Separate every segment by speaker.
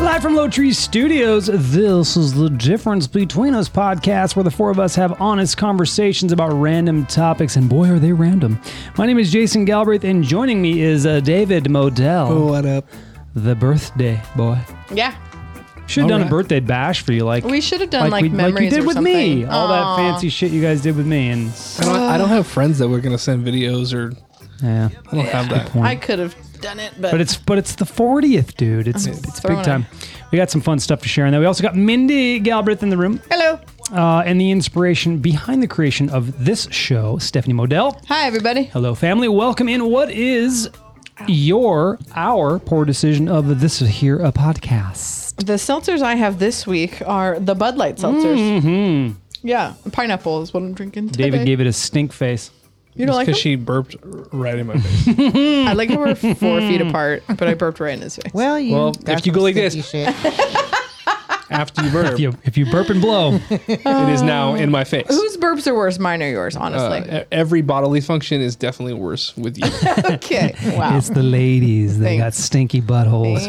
Speaker 1: Live from Low Tree Studios, this is the Difference Between Us podcast, where the four of us have honest conversations about random topics, and boy, are they random. My name is Jason Galbraith, and joining me is uh, David Modell,
Speaker 2: What up?
Speaker 1: the birthday boy.
Speaker 3: Yeah,
Speaker 1: Should have
Speaker 2: All
Speaker 1: done a
Speaker 2: right.
Speaker 1: birthday bash for you, like
Speaker 3: we should have done like,
Speaker 1: we-
Speaker 3: memories
Speaker 1: you did
Speaker 3: or
Speaker 1: with
Speaker 3: something.
Speaker 1: me. All
Speaker 3: Aw.
Speaker 1: that fancy shit you guys did with me, and
Speaker 2: I don't, I don't have friends that were gonna send videos or
Speaker 1: yeah,
Speaker 2: I don't have that.
Speaker 1: point.
Speaker 3: I could have done it, but,
Speaker 1: But it's but it's the 40th, dude. It's
Speaker 3: I'm
Speaker 1: it's
Speaker 3: throwing
Speaker 1: big time. We got some fun stuff to share in there. We also got Mindy Galbraith in the room.
Speaker 3: hello.
Speaker 1: uh, and the inspiration behind the creation of this show, Stephanie Modell.
Speaker 3: Hi, everybody.
Speaker 1: Hello, family. Welcome in. What is your our poor decision of this here a podcast?
Speaker 3: The seltzers I have this week are the Bud Light seltzers. Mm-hmm. Yeah, pineapple is what I'm drinking today.
Speaker 1: David gave it a stink face.
Speaker 3: you don't like them?
Speaker 2: Because she burped right in my face.
Speaker 3: I like how we're four feet apart, but I burped right in his face.
Speaker 4: Well, you.
Speaker 2: Well,
Speaker 4: that's
Speaker 2: if you go like
Speaker 4: stinky
Speaker 2: this.
Speaker 4: shit.
Speaker 2: After you burp,
Speaker 1: If you if you burp and blow,
Speaker 2: it is now in my face.
Speaker 3: Whose burps are worse, mine or yours?
Speaker 2: Uh,
Speaker 3: Honestly.
Speaker 2: e- every bodily function is definitely worse with you.
Speaker 3: okay. Wow.
Speaker 1: it's the ladies. They got
Speaker 3: Thanks.
Speaker 1: stinky buttholes.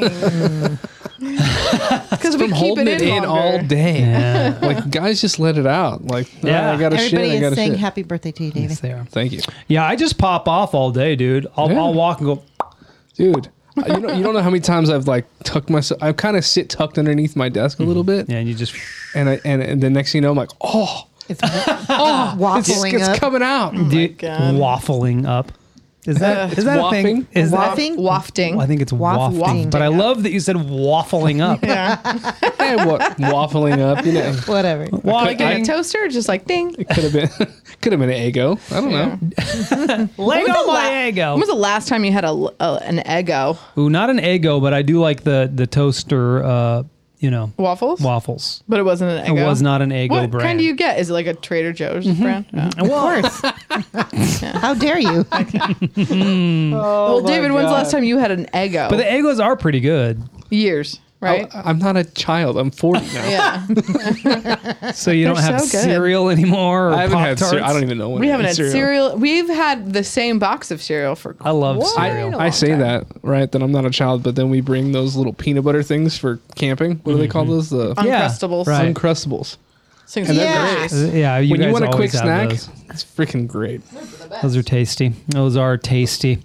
Speaker 3: Because we keep it
Speaker 2: Holding
Speaker 3: in,
Speaker 2: it in all
Speaker 3: longer.
Speaker 2: day.
Speaker 1: Yeah.
Speaker 2: Like guys just let it out. Like "Oh,
Speaker 1: Yeah.
Speaker 2: I got to shit.
Speaker 4: Everybody
Speaker 2: I got
Speaker 4: is
Speaker 2: to
Speaker 4: saying
Speaker 2: shit.
Speaker 4: happy birthday to you, David.
Speaker 1: Yes, they are.
Speaker 2: Thank you,
Speaker 1: Yeah, I just pop off all day, dude. I'll,
Speaker 2: Yeah.
Speaker 1: I'll walk and go.
Speaker 2: dude. I- you, know, you don't know how many times I've like tucked myself. I kind of sit tucked underneath my desk a little bit,
Speaker 1: Yeah, and you just
Speaker 2: and I and, and the next thing you know, I'm like, oh,
Speaker 4: It's oh,
Speaker 2: it's,
Speaker 4: waffling
Speaker 2: it's
Speaker 4: up. Mm-hmm.
Speaker 2: coming out.
Speaker 1: Dude,
Speaker 3: God.
Speaker 1: waffling up. Uh, Is that is that a thing?
Speaker 2: wafting.
Speaker 1: Is that
Speaker 4: Waffing?
Speaker 3: Wafting.
Speaker 1: I think it's
Speaker 4: Waff-
Speaker 1: wafting,
Speaker 4: wafting.
Speaker 1: but I love that you said waffling up.
Speaker 3: Yeah.
Speaker 2: Eh, wa- waffling up, you know.
Speaker 4: Whatever.
Speaker 3: Like in a
Speaker 1: Waffling.
Speaker 3: toaster, just like ding.
Speaker 2: Could have been, could have been an ego. I don't know.
Speaker 3: When
Speaker 1: Lego
Speaker 3: was the la-
Speaker 1: my ego.
Speaker 3: When was the last time you had a, l- a- an ego?
Speaker 1: Ooh, not an ego, but I do like the the toaster. Uh, you know,
Speaker 3: Waffles?
Speaker 1: waffles.
Speaker 3: But it wasn't an
Speaker 1: It
Speaker 3: ego.
Speaker 1: was not an ego brand.
Speaker 3: What
Speaker 1: Mm-hmm.
Speaker 3: kind do you get? Is it like a Trader Joe's brand? Oh. No.
Speaker 4: Of course. How dare you?
Speaker 3: well, David, when's the last time you had an ego?
Speaker 1: Oh But Oh, the egos are pretty good.
Speaker 3: Years, right?
Speaker 2: I, am not a child. I'm 40
Speaker 1: oh.
Speaker 2: now.
Speaker 3: yeah.
Speaker 1: So you don't
Speaker 3: They're
Speaker 1: have
Speaker 3: so good.
Speaker 1: cereal anymore. Or
Speaker 2: I haven't had.
Speaker 1: Pop-Tarts?
Speaker 2: Cereal. I don't even know. When
Speaker 3: We
Speaker 2: I
Speaker 3: haven't had cereal.
Speaker 2: cereal.
Speaker 3: We've had the same box of cereal for.
Speaker 1: I love
Speaker 3: quite
Speaker 1: cereal.
Speaker 3: a
Speaker 2: I
Speaker 3: long
Speaker 2: say
Speaker 3: time.
Speaker 2: that right that I'm not a child, but then we bring those little peanut butter things for camping. What do they call
Speaker 1: Mm-hmm.
Speaker 2: those? The
Speaker 1: Yeah,
Speaker 3: Uncrustables.
Speaker 1: right.
Speaker 2: Uncrustables.
Speaker 3: Things
Speaker 2: And
Speaker 3: like
Speaker 4: they're
Speaker 3: that.
Speaker 1: Uh, Yeah, you
Speaker 2: when
Speaker 1: guys
Speaker 2: you want a
Speaker 1: always
Speaker 2: quick
Speaker 1: have
Speaker 2: snack,
Speaker 1: Those.
Speaker 2: it's freaking great.
Speaker 1: Those are tasty. Those are tasty.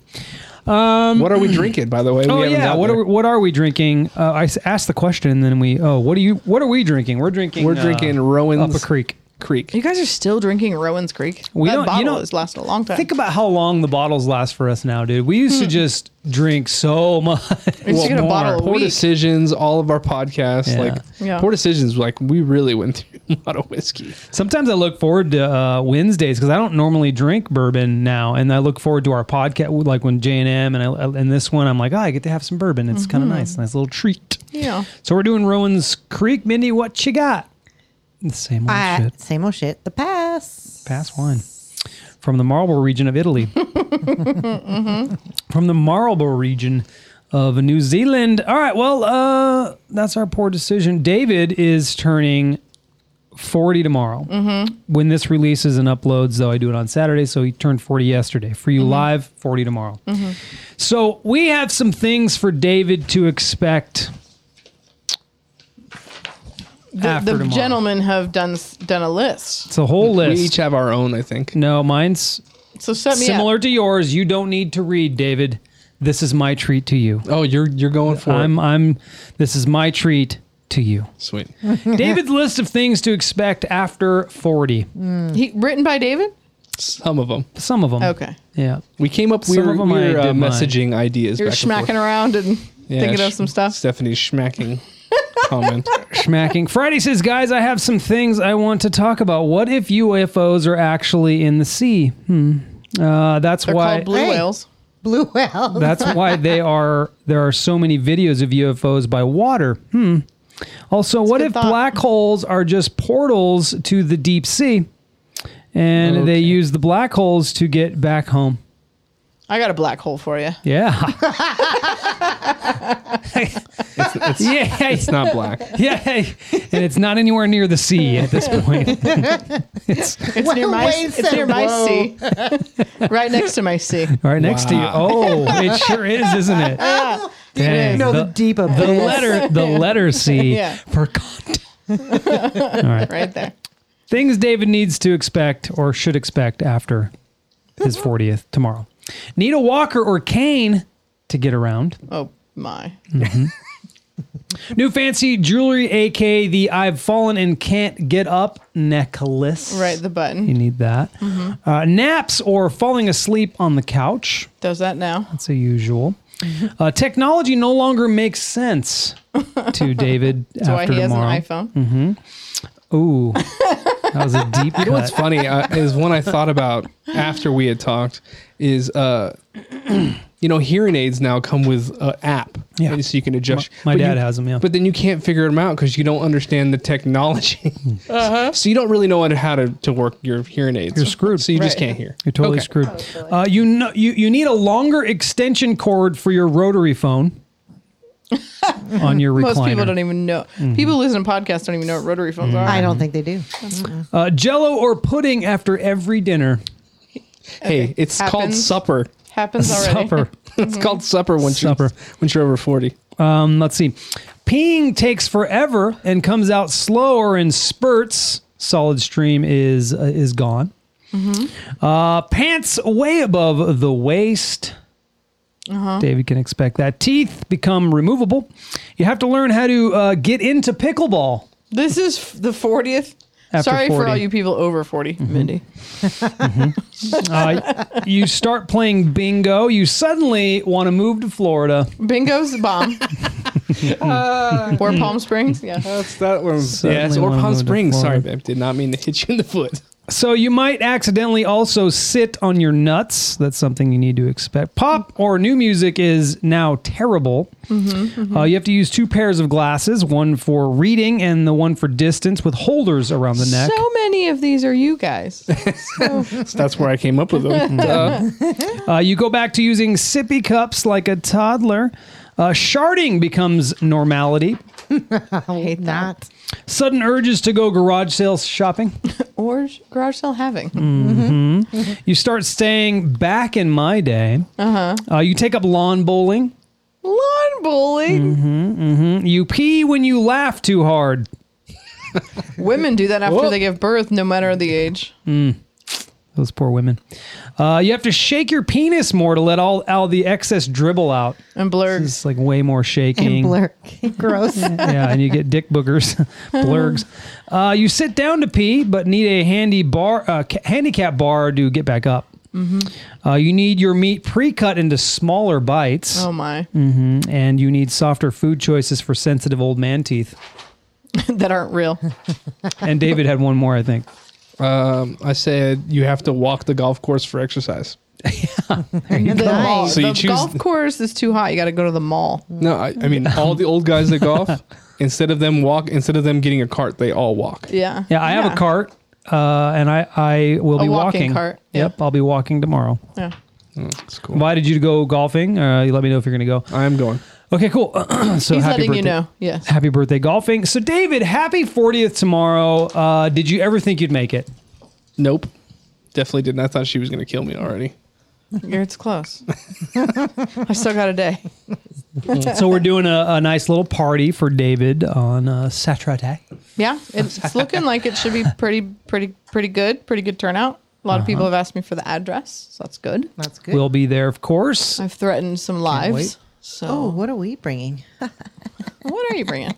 Speaker 2: What are we drinking, by the way?
Speaker 1: Um, Oh
Speaker 2: haven't
Speaker 1: yeah,
Speaker 2: got
Speaker 1: what are
Speaker 2: there.
Speaker 1: we, what are we drinking? Uh, I s- asked the question, and then we oh, what are you? What are we drinking? We're drinking.
Speaker 2: We're
Speaker 1: uh,
Speaker 2: drinking Rowan's
Speaker 1: Upper Creek.
Speaker 2: Creek.
Speaker 3: You guys are still drinking Rowan's Creek.
Speaker 1: We
Speaker 3: that
Speaker 1: don't- you
Speaker 3: bottle
Speaker 1: know-
Speaker 3: has lasted a long time. Hmm.
Speaker 1: Think about how long the bottles last for us now, dude. We used to just drink so much.
Speaker 3: used to get a
Speaker 1: more.
Speaker 3: bottle of-
Speaker 2: Poor
Speaker 3: week.
Speaker 2: decisions. All of our podcasts,
Speaker 1: Yeah.
Speaker 2: like
Speaker 3: Yeah.
Speaker 2: poor decisions. Like we really went through a lot of whiskey.
Speaker 1: Sometimes I look forward to uh, Wednesdays because I don't normally drink bourbon now, and I look forward to our podcast, like when J and M and I, and this one. I'm like, oh, I get to have some bourbon. It's kind of nice, nice little treat.
Speaker 3: Mm-hmm. Yeah.
Speaker 1: So we're doing Rowan's Creek, Mindy. What you got? The same old
Speaker 4: I,
Speaker 1: shit.
Speaker 4: Ah, same old shit. The pass.
Speaker 1: Pass wine from the Marlborough region of Italy. From the Marlborough region of New Zealand. All right, well, uh, that's our poor decision. David is turning 40 tomorrow. When this releases and uploads, though, I do it on Saturday. So he turned 40 yesterday. For you live, 40 tomorrow. So we have some things for David to expect.
Speaker 3: The,
Speaker 1: after
Speaker 3: the
Speaker 1: tomorrow.
Speaker 3: gentlemen have done s- done a list.
Speaker 1: It's a whole
Speaker 2: We
Speaker 1: list.
Speaker 2: each have our own, I think.
Speaker 1: no, mine's
Speaker 3: So set me
Speaker 1: similar
Speaker 3: up.
Speaker 1: to yours. You don't need to read, David. This is my treat to you.
Speaker 2: Oh, you're you're going for it.
Speaker 1: I'm I'm this is my treat to you.
Speaker 2: Sweet.
Speaker 1: David's list of things to expect after 40.
Speaker 3: He, written by David.
Speaker 1: Mm-hmm.
Speaker 2: Some of them.
Speaker 1: Some of them.
Speaker 3: Okay.
Speaker 1: Yeah.
Speaker 2: We came up. We
Speaker 1: Some
Speaker 2: were,
Speaker 1: of 'em
Speaker 2: we
Speaker 1: I
Speaker 2: were, uh,
Speaker 1: did mine.
Speaker 2: messaging ideas.
Speaker 3: You're
Speaker 2: back and
Speaker 3: smacking
Speaker 2: forth.
Speaker 3: around and
Speaker 2: Yeah,
Speaker 3: thinking of
Speaker 2: sh-
Speaker 3: some stuff.
Speaker 2: Stephanie's smacking comment.
Speaker 1: Schmacking. Friday says, "Guys, I have some things I want to talk about. What if UFOs are actually in the sea?" Hmm. Uh, that's
Speaker 3: They're
Speaker 1: why
Speaker 3: called blue
Speaker 4: Hey.
Speaker 3: whales.
Speaker 4: Blue whale.
Speaker 1: That's why they are there are so many videos of UFOs by water. Hmm. Also, what
Speaker 3: good
Speaker 1: if
Speaker 3: thought.
Speaker 1: black holes are just portals to the deep sea and they
Speaker 2: Okay.
Speaker 1: use the black holes to get back home?
Speaker 3: I got a black hole for you.
Speaker 1: Yeah. yeah.
Speaker 2: It's not black.
Speaker 1: yeah. And it's not anywhere near the sea at this point. it's
Speaker 3: It's
Speaker 4: Well,
Speaker 3: near my
Speaker 4: Wayne
Speaker 3: it's
Speaker 4: said
Speaker 3: near my
Speaker 4: whoa.
Speaker 3: sea. right next to my sea.
Speaker 1: right next to you. Oh, it sure is, isn't it? Dang,
Speaker 4: no, the, deep abyss.
Speaker 1: the letter the letter C
Speaker 3: Yeah.
Speaker 1: for content. All right.
Speaker 3: Right there.
Speaker 1: Things David needs to expect or should expect after
Speaker 3: Mm-hmm.
Speaker 1: his 40th tomorrow. Need a walker or cane to get around.
Speaker 3: Oh my.
Speaker 1: New fancy jewelry, aka the I've fallen and can't get up necklace.
Speaker 3: Right, the Mm-hmm.
Speaker 1: You
Speaker 3: button.
Speaker 1: need that. Uh, naps or falling asleep on the couch.
Speaker 3: Does that now.
Speaker 1: That's the usual.
Speaker 3: Mm-hmm.
Speaker 1: Uh, technology no longer makes sense to David
Speaker 3: That's why
Speaker 1: after
Speaker 3: he has
Speaker 1: tomorrow. Mm-hmm.
Speaker 3: an iPhone.
Speaker 1: Ooh, that was a deep cut.
Speaker 2: What's funny uh, is one I thought about after we had talked is, uh, you know, hearing aids now come with an app.
Speaker 1: Yeah.
Speaker 2: and So you can adjust.
Speaker 1: My- my
Speaker 2: But you-
Speaker 1: dad has 'em, yeah.
Speaker 2: But then you can't figure them out because you don't understand the technology.
Speaker 1: Hmm.
Speaker 3: Uh-huh.
Speaker 2: So you don't really know how to, to work your hearing aids.
Speaker 1: You're screwed.
Speaker 2: So you just
Speaker 3: Right.
Speaker 2: can't hear.
Speaker 1: You're totally
Speaker 2: Okay.
Speaker 1: screwed. Uh, you know, you you need a longer extension cord for your rotary phone on your recliner. Mm-hmm.
Speaker 3: Most people don't e- even know. People listening to podcasts don't even know what rotary phones are.
Speaker 4: I don't think they do.
Speaker 3: Mm-hmm.
Speaker 1: uh, Jello or pudding after every dinner.
Speaker 2: Hey, it's called
Speaker 3: Happens.
Speaker 2: supper.
Speaker 3: Happens already.
Speaker 1: Supper.
Speaker 2: It's called supper once
Speaker 1: Supper.
Speaker 2: you're once you're over forty.
Speaker 1: Um, let's see. Peeing takes forever and comes out slower in spurts. Solid stream is uh, is gone.
Speaker 3: Mm-hmm.
Speaker 1: Uh, pants way above the waist.
Speaker 3: Uh-huh.
Speaker 1: David can expect that. Teeth become removable. You have to learn how to uh, get into pickleball.
Speaker 3: This is f- the 40th.
Speaker 1: After Mm-hmm.
Speaker 3: Sorry for
Speaker 1: 40.
Speaker 3: all you people over 40, Mindy.
Speaker 1: Uh, you start playing bingo. You suddenly want to move to Florida.
Speaker 3: Bingo's the bomb. Uh, or Palm Springs.
Speaker 1: Mm-hmm.
Speaker 3: Yeah.
Speaker 2: That's that one. Yes,
Speaker 1: Certainly
Speaker 2: or
Speaker 1: wanna
Speaker 2: Palm
Speaker 1: go to
Speaker 2: Springs. Sorry,
Speaker 1: Florida.
Speaker 2: babe. Did not mean to hit you in the foot.
Speaker 1: So you might accidentally also sit on your nuts. That's something you need to expect. Pop or new music is now terrible. Uh, you have to use two pairs of glasses, one for reading and the one for distance, with holders around the neck.
Speaker 3: So many of these are you guys.
Speaker 2: So that's where I came up with them.
Speaker 1: Mm.
Speaker 2: Duh.
Speaker 1: Uh, you go back to using sippy cups like a toddler. Uh, sharding becomes normality.
Speaker 4: I hate Oh, not.
Speaker 1: Sudden urges to go garage sale shopping.
Speaker 3: Or garage sale having.
Speaker 1: Mm. You start staying back in my day. Uh-huh. you take up lawn bowling.
Speaker 3: Lawn
Speaker 1: Mm-hmm.
Speaker 3: bowling.
Speaker 1: You pee when you laugh too hard.
Speaker 3: Women do that after
Speaker 1: Whoa.
Speaker 3: they give birth, no matter the age.
Speaker 1: Those poor women. Uh, you have to shake your penis more to let all, all the excess dribble out.
Speaker 3: And blurs.
Speaker 1: It's like way more shaking.
Speaker 4: And blurk. Gross.
Speaker 1: yeah, and you get dick boogers, blurgs. Uh, you sit down to pee, but need a handy bar, uh, ca- handicap bar to get back up. Uh, you need your meat pre-cut into smaller bites,
Speaker 3: Oh my.
Speaker 1: and you need softer food choices for sensitive old man teeth.
Speaker 3: that aren't real.
Speaker 1: And David had one more, I think.
Speaker 2: um, I said you have to walk the golf course for exercise.
Speaker 3: The, mall-
Speaker 2: So you
Speaker 3: the
Speaker 2: choose-
Speaker 3: golf course is too hot. You got to go to the mall.
Speaker 2: No, I, I mean all the old guys that golf. instead of them walk, instead of them getting a cart, they all walk.
Speaker 3: Yeah.
Speaker 1: Yeah, I have a cart, uh, and I I will
Speaker 3: A
Speaker 1: be
Speaker 3: walking
Speaker 1: walking.
Speaker 3: cart, yeah.
Speaker 1: Yep, I'll be walking tomorrow.
Speaker 3: Yeah.
Speaker 2: Mm, That's cool.
Speaker 1: invited you to go golfing. Uh, you let me know if you're going to go.
Speaker 2: I'm going.
Speaker 1: Okay, cool. so
Speaker 3: He's
Speaker 1: happy
Speaker 3: letting
Speaker 1: birthday.
Speaker 3: you know. Yes.
Speaker 1: Happy birthday golfing. So David, happy 40th tomorrow. Uh, did you ever think you'd make it?
Speaker 2: Nope. Definitely didn't. I thought she was going to kill me already.
Speaker 3: It's close. I still got a day.
Speaker 1: so we're doing a, a nice little party for David on uh, Saturday.
Speaker 3: Yeah, it's it's looking like it should be pretty, pretty, pretty good. Pretty good turnout. A lot of
Speaker 1: Uh-huh.
Speaker 3: people have asked me for the address, so that's good.
Speaker 4: That's good.
Speaker 1: We'll be there, of course.
Speaker 3: I've threatened some lives.
Speaker 1: wait.
Speaker 3: So
Speaker 4: oh, what are we bringing?
Speaker 3: what are you bringing?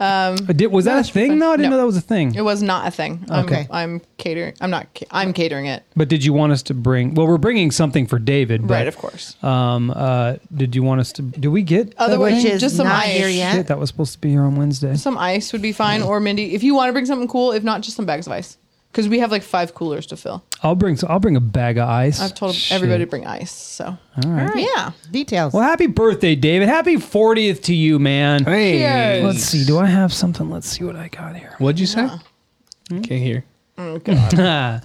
Speaker 1: Uh, Did, was that a
Speaker 3: That's
Speaker 1: thing?
Speaker 3: fine.
Speaker 1: No, I didn't
Speaker 3: No.
Speaker 1: know that was a thing.
Speaker 3: It was not a thing. I'm,
Speaker 4: Okay.
Speaker 3: I'm catering. I'm not. ca- I'm catering it.
Speaker 1: But did you want us to bring? Well, we're bringing something for David, but,
Speaker 3: Right, of course.
Speaker 1: Um, uh, did you want us to? Do we get? that
Speaker 3: Otherwise,
Speaker 1: thing?
Speaker 4: Which is
Speaker 3: just some
Speaker 4: not
Speaker 3: ice.
Speaker 4: here yet.
Speaker 1: Shit, that was supposed to be here on Wednesday.
Speaker 3: Some ice would be fine, or Mindy, if you want to bring something cool. If not, just some bags of ice, because we have like five coolers to fill.
Speaker 1: I'll bring. So I'll bring a bag of ice.
Speaker 3: I've told
Speaker 1: Shit.
Speaker 3: everybody to bring ice. So
Speaker 4: All right.
Speaker 3: yeah.
Speaker 4: Details.
Speaker 1: Well, happy birthday, David. Happy 40th to you, man.
Speaker 2: Hey,
Speaker 3: Cheers.
Speaker 1: Let's see. Do I have something? Let's see what I got here.
Speaker 2: What'd you say? Can't hear.
Speaker 1: Ah,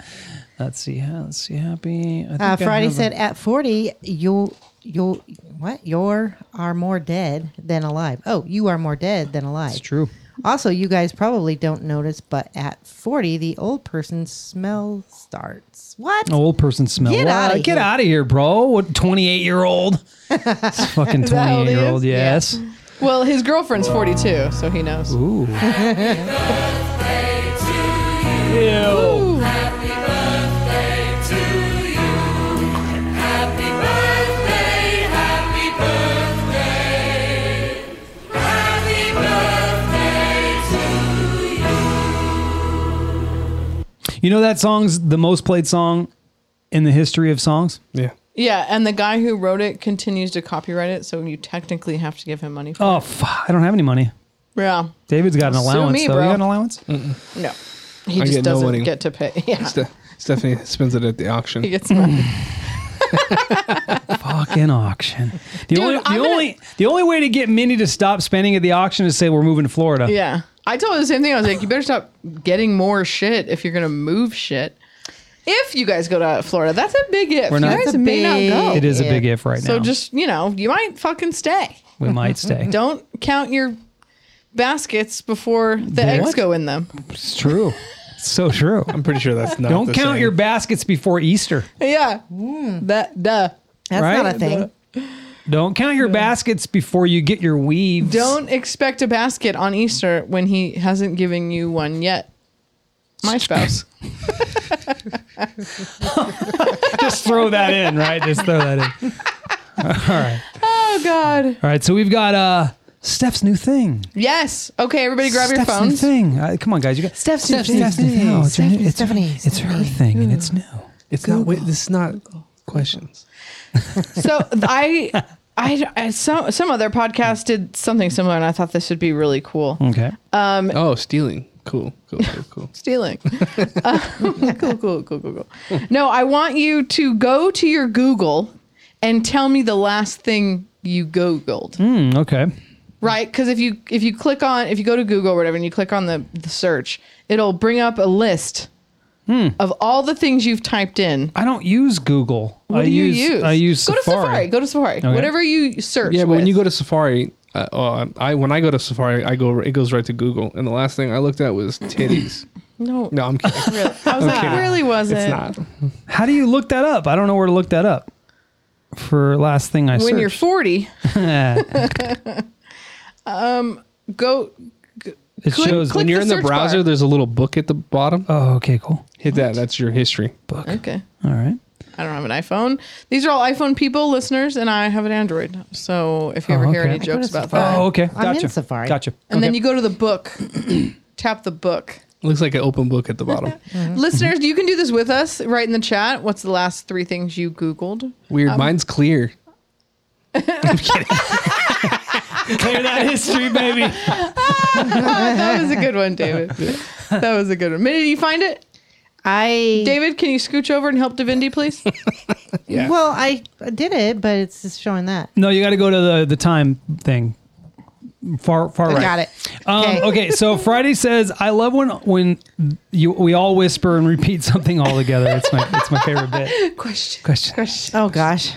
Speaker 1: Let's see. ha- Let's see. Happy. I think I
Speaker 4: Uh, Friday
Speaker 1: have a-
Speaker 4: said, "At forty, you you what? You're are more dead than alive. Oh, you are more dead than alive.
Speaker 1: It's true.
Speaker 4: Also, you guys probably don't notice, but at forty, the old person smell starts. What?
Speaker 1: Old person smell.
Speaker 4: Get
Speaker 1: What?
Speaker 4: outta
Speaker 1: Get
Speaker 4: here.
Speaker 1: out of here, bro. What? Twenty eight year old. It's fucking
Speaker 3: that how
Speaker 1: twenty eight
Speaker 3: it
Speaker 1: year old.
Speaker 3: is? Yeah.
Speaker 1: Yes.
Speaker 3: Well, his girlfriend's 42, so he knows.
Speaker 1: Ooh. You know that song's the most played song in the history of songs.
Speaker 2: Yeah.
Speaker 3: Yeah, and the guy who wrote it continues to copyright it, so you technically have to give him money. For
Speaker 1: Oh, fuck, I don't have any money.
Speaker 3: it. Yeah.
Speaker 1: David's got an
Speaker 3: Sue
Speaker 1: allowance.
Speaker 3: me,
Speaker 1: though. You
Speaker 3: bro. Mm.
Speaker 1: got an allowance?
Speaker 3: No. He
Speaker 2: I
Speaker 3: just
Speaker 2: get no
Speaker 3: doesn't
Speaker 2: money.
Speaker 3: get to pay. Yeah.
Speaker 2: Ste- Stephanie spends it at the
Speaker 3: He
Speaker 2: auction.
Speaker 3: gets money.
Speaker 1: Fucking auction. The only the
Speaker 3: I'm gonna-
Speaker 1: only the only way to get Minnie to stop spending at the auction is say we're moving to Florida.
Speaker 3: Yeah. I told her the same thing. I was like, you better stop getting more shit if you're going to move shit. If you guys go to Florida, that's a big if.
Speaker 1: We're not-
Speaker 3: you
Speaker 1: That's
Speaker 3: guys
Speaker 4: a
Speaker 3: may
Speaker 4: big-
Speaker 3: not go.
Speaker 1: It is a
Speaker 4: Yeah.
Speaker 1: big if right
Speaker 3: So
Speaker 1: now.
Speaker 3: just, you know, you might fucking stay.
Speaker 1: we might stay.
Speaker 3: Don't count your baskets before the
Speaker 1: What?
Speaker 3: eggs go in them.
Speaker 1: It's true. It's so true.
Speaker 2: I'm pretty sure that's not.
Speaker 1: Don't
Speaker 2: the
Speaker 1: count
Speaker 2: same.
Speaker 1: your baskets before Easter.
Speaker 3: Yeah. That duh.
Speaker 4: That's
Speaker 1: Right?
Speaker 4: not a thing.
Speaker 1: Don't count your baskets before you get your weaves.
Speaker 3: Don't expect a basket on Easter when he hasn't given you one yet. My spouse.
Speaker 1: just throw that in, right? Just throw that in.
Speaker 3: Oh God.
Speaker 1: All right, so we've got uh Steph's new thing.
Speaker 3: Yes. Okay, everybody grab
Speaker 1: Steph's
Speaker 3: your
Speaker 1: new
Speaker 3: phones.
Speaker 1: thing. Uh, come on, guys. You got
Speaker 4: Steph's new thing.
Speaker 1: Steph's new thing. Oh, it's her-
Speaker 4: Stephanie,
Speaker 1: it's her-
Speaker 4: Stephanie,
Speaker 1: It's her
Speaker 4: Stephanie.
Speaker 1: thing,
Speaker 3: Mm.
Speaker 1: and it's new.
Speaker 2: It's not. wi- This is not questions.
Speaker 3: So th- I I, I some some other podcast did something similar and I thought this would be really cool.
Speaker 1: Okay.
Speaker 2: oh, stealing. Cool. Cool. Cool. Cool.
Speaker 3: Stealing. Um, cool, cool, cool, cool, cool. No, I want you to go to your Google and tell me the last thing you Googled.
Speaker 1: Hmm, okay.
Speaker 3: right because if you if you click on if you go to google or whatever and you click on the, the search it'll bring up a list
Speaker 1: Hmm.
Speaker 3: of all the things you've typed in
Speaker 1: I don't use Google.
Speaker 3: what
Speaker 1: I
Speaker 3: do you
Speaker 1: use,
Speaker 3: use
Speaker 1: I use
Speaker 3: go to safari go to safari
Speaker 1: Okay.
Speaker 3: whatever you search
Speaker 2: Yeah, but when
Speaker 3: with.
Speaker 2: you go to Safari, uh, oh, I when I go to Safari, I go it goes right to Google, and the last thing I looked at was titties.
Speaker 3: no,
Speaker 2: no, I'm kidding.
Speaker 3: really. i was like
Speaker 2: kidding.
Speaker 3: really wasn't
Speaker 2: It's not.
Speaker 1: How do you look that up? I don't know where to look that up. For last thing I
Speaker 3: when you're
Speaker 1: searched.
Speaker 3: 40 go
Speaker 1: it
Speaker 3: click-
Speaker 1: shows.
Speaker 3: click-
Speaker 2: When you're
Speaker 3: the
Speaker 2: in the
Speaker 3: search
Speaker 2: browser,
Speaker 3: bar.
Speaker 2: there's a little book at the bottom.
Speaker 1: oh, okay, cool.
Speaker 2: Hit that. That's your history.
Speaker 1: Book.
Speaker 3: okay
Speaker 1: All right.
Speaker 3: I don't have an iPhone. These are all iPhone people, listeners, and I have an Android. So if you
Speaker 1: Oh,
Speaker 3: ever hear
Speaker 1: okay.
Speaker 3: any
Speaker 1: I go
Speaker 3: jokes
Speaker 4: to
Speaker 3: about that,
Speaker 4: Safari.
Speaker 1: Oh, okay.
Speaker 4: I'm
Speaker 1: Gotcha.
Speaker 4: in Safari.
Speaker 1: Gotcha.
Speaker 3: and then
Speaker 1: Okay.
Speaker 3: you go to the book, tap the book,
Speaker 2: Looks like an open book at the bottom.
Speaker 1: Mm-hmm.
Speaker 3: Listeners, you can do this with us right in the chat. What's the last three things you Googled?
Speaker 2: Weird. Mine's clear.
Speaker 1: clear that history, baby.
Speaker 3: Oh, That was a good one, David. That was a good one. Minnie, did you find it?
Speaker 4: I
Speaker 3: David, can you scooch over and help Davindi, please?
Speaker 2: Yeah.
Speaker 4: well, I did it, but it's just showing that.
Speaker 1: No, you got to go to the the time thing. Far far
Speaker 4: I
Speaker 1: right.
Speaker 4: Got it.
Speaker 1: Um, okay. so Friday says, "I love when when you we all whisper and repeat something all together. It's my it's my favorite bit."
Speaker 3: Question.
Speaker 1: Question.
Speaker 4: Oh gosh.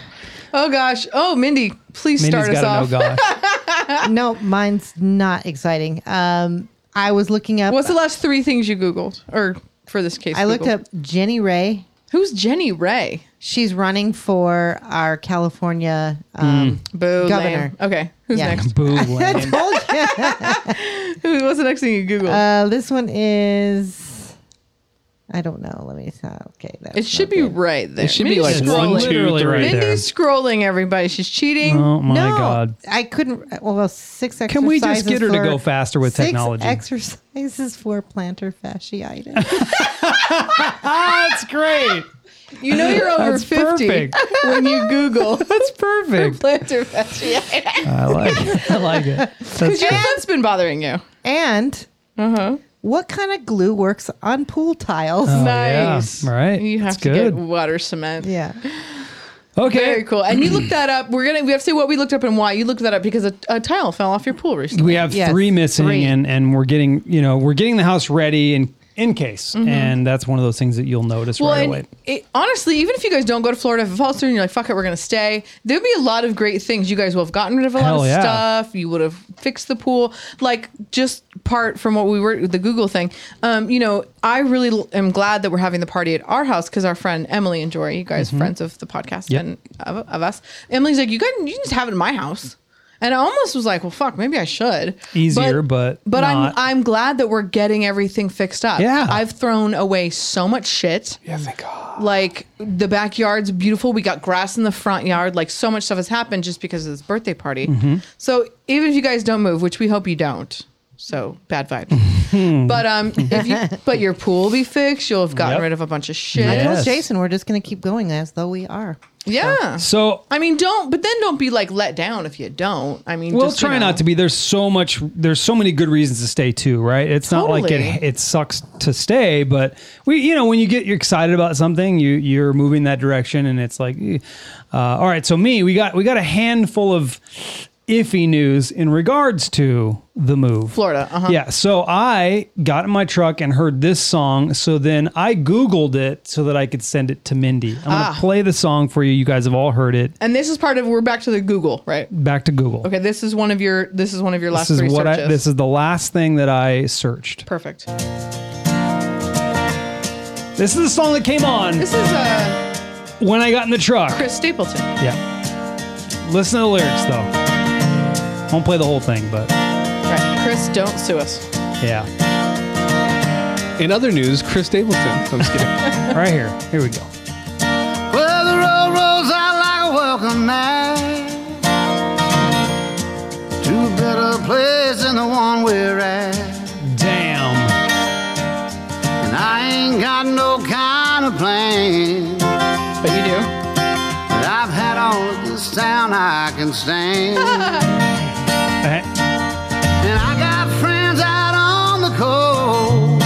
Speaker 3: Oh, gosh. Oh, Mindy, please
Speaker 1: Mindy's
Speaker 3: start us
Speaker 1: got
Speaker 3: off.
Speaker 1: to know gosh.
Speaker 4: no, mine's not exciting. Um, I was looking up.
Speaker 3: What's the last three things you Googled? Or for this case,
Speaker 4: I looked
Speaker 3: Googled.
Speaker 4: up Jenny Ray.
Speaker 3: Who's Jenny Ray?
Speaker 4: She's running for our California. Um,
Speaker 3: Boo.
Speaker 4: Governor.
Speaker 3: lame. Okay. Who's
Speaker 4: Yeah.
Speaker 3: next?
Speaker 1: Boo. lame.
Speaker 3: Who, what's the next thing you
Speaker 1: Hmm.
Speaker 3: Googled?
Speaker 4: uh, this one is. I don't know. Let me. uh, Okay, that's
Speaker 3: it should
Speaker 4: not
Speaker 3: be
Speaker 4: good.
Speaker 3: right there.
Speaker 2: It should be like
Speaker 3: Mindy's
Speaker 2: one,
Speaker 3: scrolling.
Speaker 2: two,
Speaker 1: Literally
Speaker 2: three.
Speaker 1: right there.
Speaker 3: Mindy's scrolling, everybody. She's cheating.
Speaker 1: Oh my
Speaker 4: no,
Speaker 1: god.
Speaker 4: I couldn't. Well, six exercises.
Speaker 1: Can we just get her to
Speaker 4: for-
Speaker 1: go faster with
Speaker 4: six
Speaker 1: technology?
Speaker 4: Exercises for plantar fasciitis.
Speaker 1: Ah, that's great.
Speaker 3: You know you're over
Speaker 1: That's
Speaker 3: 50
Speaker 1: perfect.
Speaker 3: when you Google
Speaker 1: That's perfect.
Speaker 3: plantar fasciitis.
Speaker 1: I like it. I like it. That's
Speaker 3: Because your
Speaker 1: good.
Speaker 3: foot's been bothering you.
Speaker 4: and
Speaker 3: Uh-huh.
Speaker 4: what kind of glue works on pool tiles?
Speaker 3: nice.
Speaker 1: yeah. All right.
Speaker 3: You
Speaker 1: Oh,
Speaker 3: have
Speaker 1: That's
Speaker 3: to
Speaker 1: good.
Speaker 3: get water cement.
Speaker 4: Yeah.
Speaker 1: Okay.
Speaker 3: Very cool. And you looked that up. We're gonna we have to say what we looked up and why. You looked that up because a, a tile fell off your pool recently.
Speaker 1: We have
Speaker 4: Yes,
Speaker 1: three missing,
Speaker 4: three.
Speaker 1: and and we're getting you know we're getting the house ready and in case. And that's one of those things that you'll notice
Speaker 3: Mm-hmm. Well,
Speaker 1: right
Speaker 3: and
Speaker 1: away.
Speaker 3: it, honestly, even if you guys don't go to Florida, if it falls through and you're like, fuck it, we're going to stay, there'd be a lot of great things. You guys will have gotten rid of a
Speaker 1: Hell
Speaker 3: lot of
Speaker 1: yeah.
Speaker 3: stuff. You would have fixed the pool. Like, just part from what we were, the Google thing. Um, you know, I really l- am glad that we're having the party at our house because our friend Emily and Jory, you guys, friends of the podcast
Speaker 1: Mm-hmm. Yep.
Speaker 3: and of, of us, Emily's like, you guys, you can just have it at my house. And I almost was like, well, fuck, maybe I should.
Speaker 1: Easier, but
Speaker 3: but
Speaker 1: not.
Speaker 3: I'm I'm glad that we're getting everything fixed up.
Speaker 1: Yeah.
Speaker 3: I've thrown away so much shit
Speaker 2: Yeah, thank God.
Speaker 3: like the backyard's beautiful we got grass in the front yard like so much stuff has happened just because of this birthday party
Speaker 1: Mm-hmm.
Speaker 3: so even if you guys don't move which we hope you don't so bad vibes but um if you but your pool will be fixed you'll have gotten
Speaker 1: Yep.
Speaker 3: rid of a bunch of shit
Speaker 1: Yeah.
Speaker 4: I
Speaker 1: Yes.
Speaker 4: told Jason we're just going to keep going as though we are.
Speaker 3: yeah
Speaker 1: so
Speaker 3: i mean don't but then don't be like let down if you don't i mean
Speaker 1: Well,
Speaker 3: just,
Speaker 1: try
Speaker 3: you know.
Speaker 1: not to be. There's so much. There's so many good reasons to stay too, right? It's not like it.
Speaker 3: Totally.
Speaker 1: It sucks to stay, but we, you know, when you get you're excited about something, you you're moving that direction, and it's like, eh. uh, all right. So me, we got we got a handful of iffy news in regards to the move.
Speaker 3: florida uh-huh
Speaker 1: Yeah, so I got in my truck and heard this song. So then I Googled it so that I could send it to Mindy. I'm going to
Speaker 3: Ah.
Speaker 1: play the song for you. You guys have all heard it.
Speaker 3: and this is part of we're back to the google right
Speaker 1: Back to Google.
Speaker 3: okay this is one of your this is one of your last
Speaker 1: This is
Speaker 3: three
Speaker 1: what I,
Speaker 3: searches
Speaker 1: this is the last thing that I searched.
Speaker 3: perfect
Speaker 1: This is the song that came on
Speaker 3: this is uh
Speaker 1: when I got in the truck.
Speaker 3: chris stapleton
Speaker 1: Yeah. Listen to the lyrics though. Won't play the whole thing, but
Speaker 3: right chris don't sue us
Speaker 1: yeah.
Speaker 2: In other news, Chris Stapleton. I'm just kidding.
Speaker 1: right here. Here we go.
Speaker 5: Well, the road rolls out like a welcome mat to a better place than the one we're at.
Speaker 1: Damn.
Speaker 5: And I ain't got no kind of plan,
Speaker 3: but you do
Speaker 5: but I've had all of this town I can stand.
Speaker 1: Eh,
Speaker 5: and I got friends out on the coast,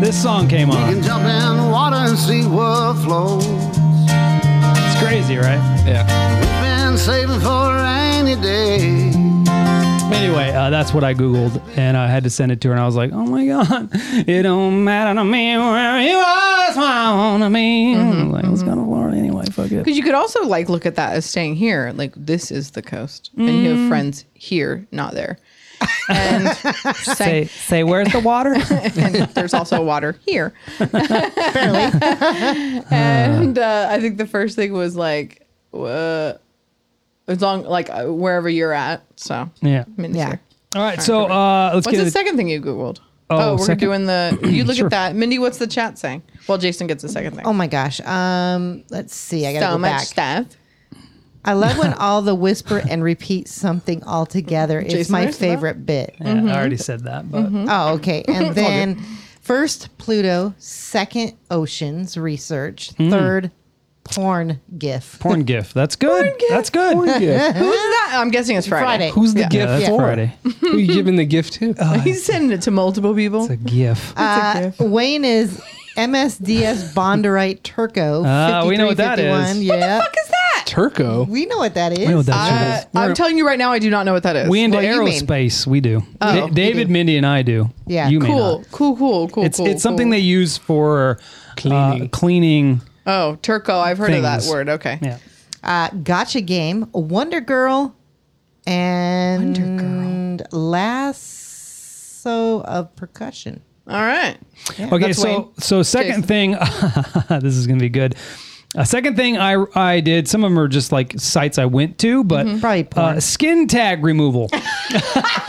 Speaker 1: This song came on.
Speaker 5: can jump in water and see what flows.
Speaker 1: It's crazy, right?
Speaker 2: yeah.
Speaker 5: We've been saving for a rainy day.
Speaker 1: Anyway, uh, that's what I Googled and I had to send it to her and I was like, oh my God, it don't matter to me where you are, it's where I want to be. like, let's go to Florida anyway. Fuck it.
Speaker 3: Because you Mm-hmm, could also like look at that as staying here. Like this is the coast, and you have friends here, not there. And say,
Speaker 1: say, where's the water?
Speaker 3: and there's also water here. and uh, I think the first thing was like, uh, as long like uh, wherever you're at. So
Speaker 1: yeah.
Speaker 3: I mean,
Speaker 4: Yeah.
Speaker 3: here.
Speaker 1: All right, so uh, let's
Speaker 3: What's
Speaker 1: get
Speaker 3: the
Speaker 1: it.
Speaker 3: second thing you googled?
Speaker 1: Oh,
Speaker 3: Oh, we're
Speaker 1: second?
Speaker 3: doing the. You look
Speaker 1: Sure.
Speaker 3: at that, Mindy. What's the chat saying? Well, Jason gets the second thing.
Speaker 4: Oh my gosh. Um, let's see. I got to
Speaker 3: so
Speaker 4: go
Speaker 3: much
Speaker 4: back.
Speaker 3: stuff.
Speaker 4: I love when all the whisper and repeat something all together. It's
Speaker 3: Jason,
Speaker 4: my
Speaker 3: where's the bell?
Speaker 4: favorite bit.
Speaker 1: Yeah,
Speaker 3: Mm-hmm.
Speaker 1: I already said that, but
Speaker 4: Oh, okay. And then first Pluto, second oceans research,
Speaker 1: Hmm.
Speaker 4: third porn gif.
Speaker 1: porn gif. That's good. That's good.
Speaker 3: Who's that? I'm guessing it's Friday.
Speaker 4: Friday.
Speaker 2: Who's the
Speaker 3: Yeah.
Speaker 2: gift
Speaker 1: Yeah, that's
Speaker 2: for?
Speaker 1: Friday.
Speaker 2: Who you giving the gift to?
Speaker 1: Uh,
Speaker 3: He's sending it to multiple people.
Speaker 1: The gif.
Speaker 3: It's a
Speaker 4: Uh,
Speaker 3: gif.
Speaker 4: Wayne is MSDS Bondarite Turco.
Speaker 1: Ah, we know what that is.
Speaker 4: 5351.
Speaker 1: What
Speaker 4: Yeah.
Speaker 3: fuck is that?
Speaker 2: Turco.
Speaker 4: we know what that is.
Speaker 1: know what that
Speaker 3: Uh,
Speaker 1: is.
Speaker 3: I'm telling you right now, I do not know what that is.
Speaker 1: we into
Speaker 4: well, you mean-
Speaker 1: aerospace. We do. Da-
Speaker 3: Oh,
Speaker 4: you
Speaker 1: David,
Speaker 4: do.
Speaker 1: Mindy, and I do.
Speaker 4: Yeah.
Speaker 1: You may
Speaker 3: cool,
Speaker 1: not.
Speaker 3: cool, cool, cool.
Speaker 1: It's
Speaker 3: cool,
Speaker 1: it's something they
Speaker 3: cool.
Speaker 1: use for cleaning.
Speaker 2: Cleaning.
Speaker 1: cleaning.
Speaker 3: Oh, Turco. I've heard of that
Speaker 1: Things.
Speaker 3: word. Okay.
Speaker 1: Yeah.
Speaker 4: Uh, gotcha game, Wonder Girl, and
Speaker 3: Wonder
Speaker 4: Lasso of Percussion.
Speaker 3: All right.
Speaker 1: Okay,
Speaker 3: That's
Speaker 1: so
Speaker 3: Wayne.
Speaker 1: so second
Speaker 3: Jason.
Speaker 1: thing, this is gonna be good. A second thing I I did. Some of them are just like sites I went to, but
Speaker 3: Mm-hmm.
Speaker 4: Probably porn.
Speaker 1: uh, skin tag removal, Oh,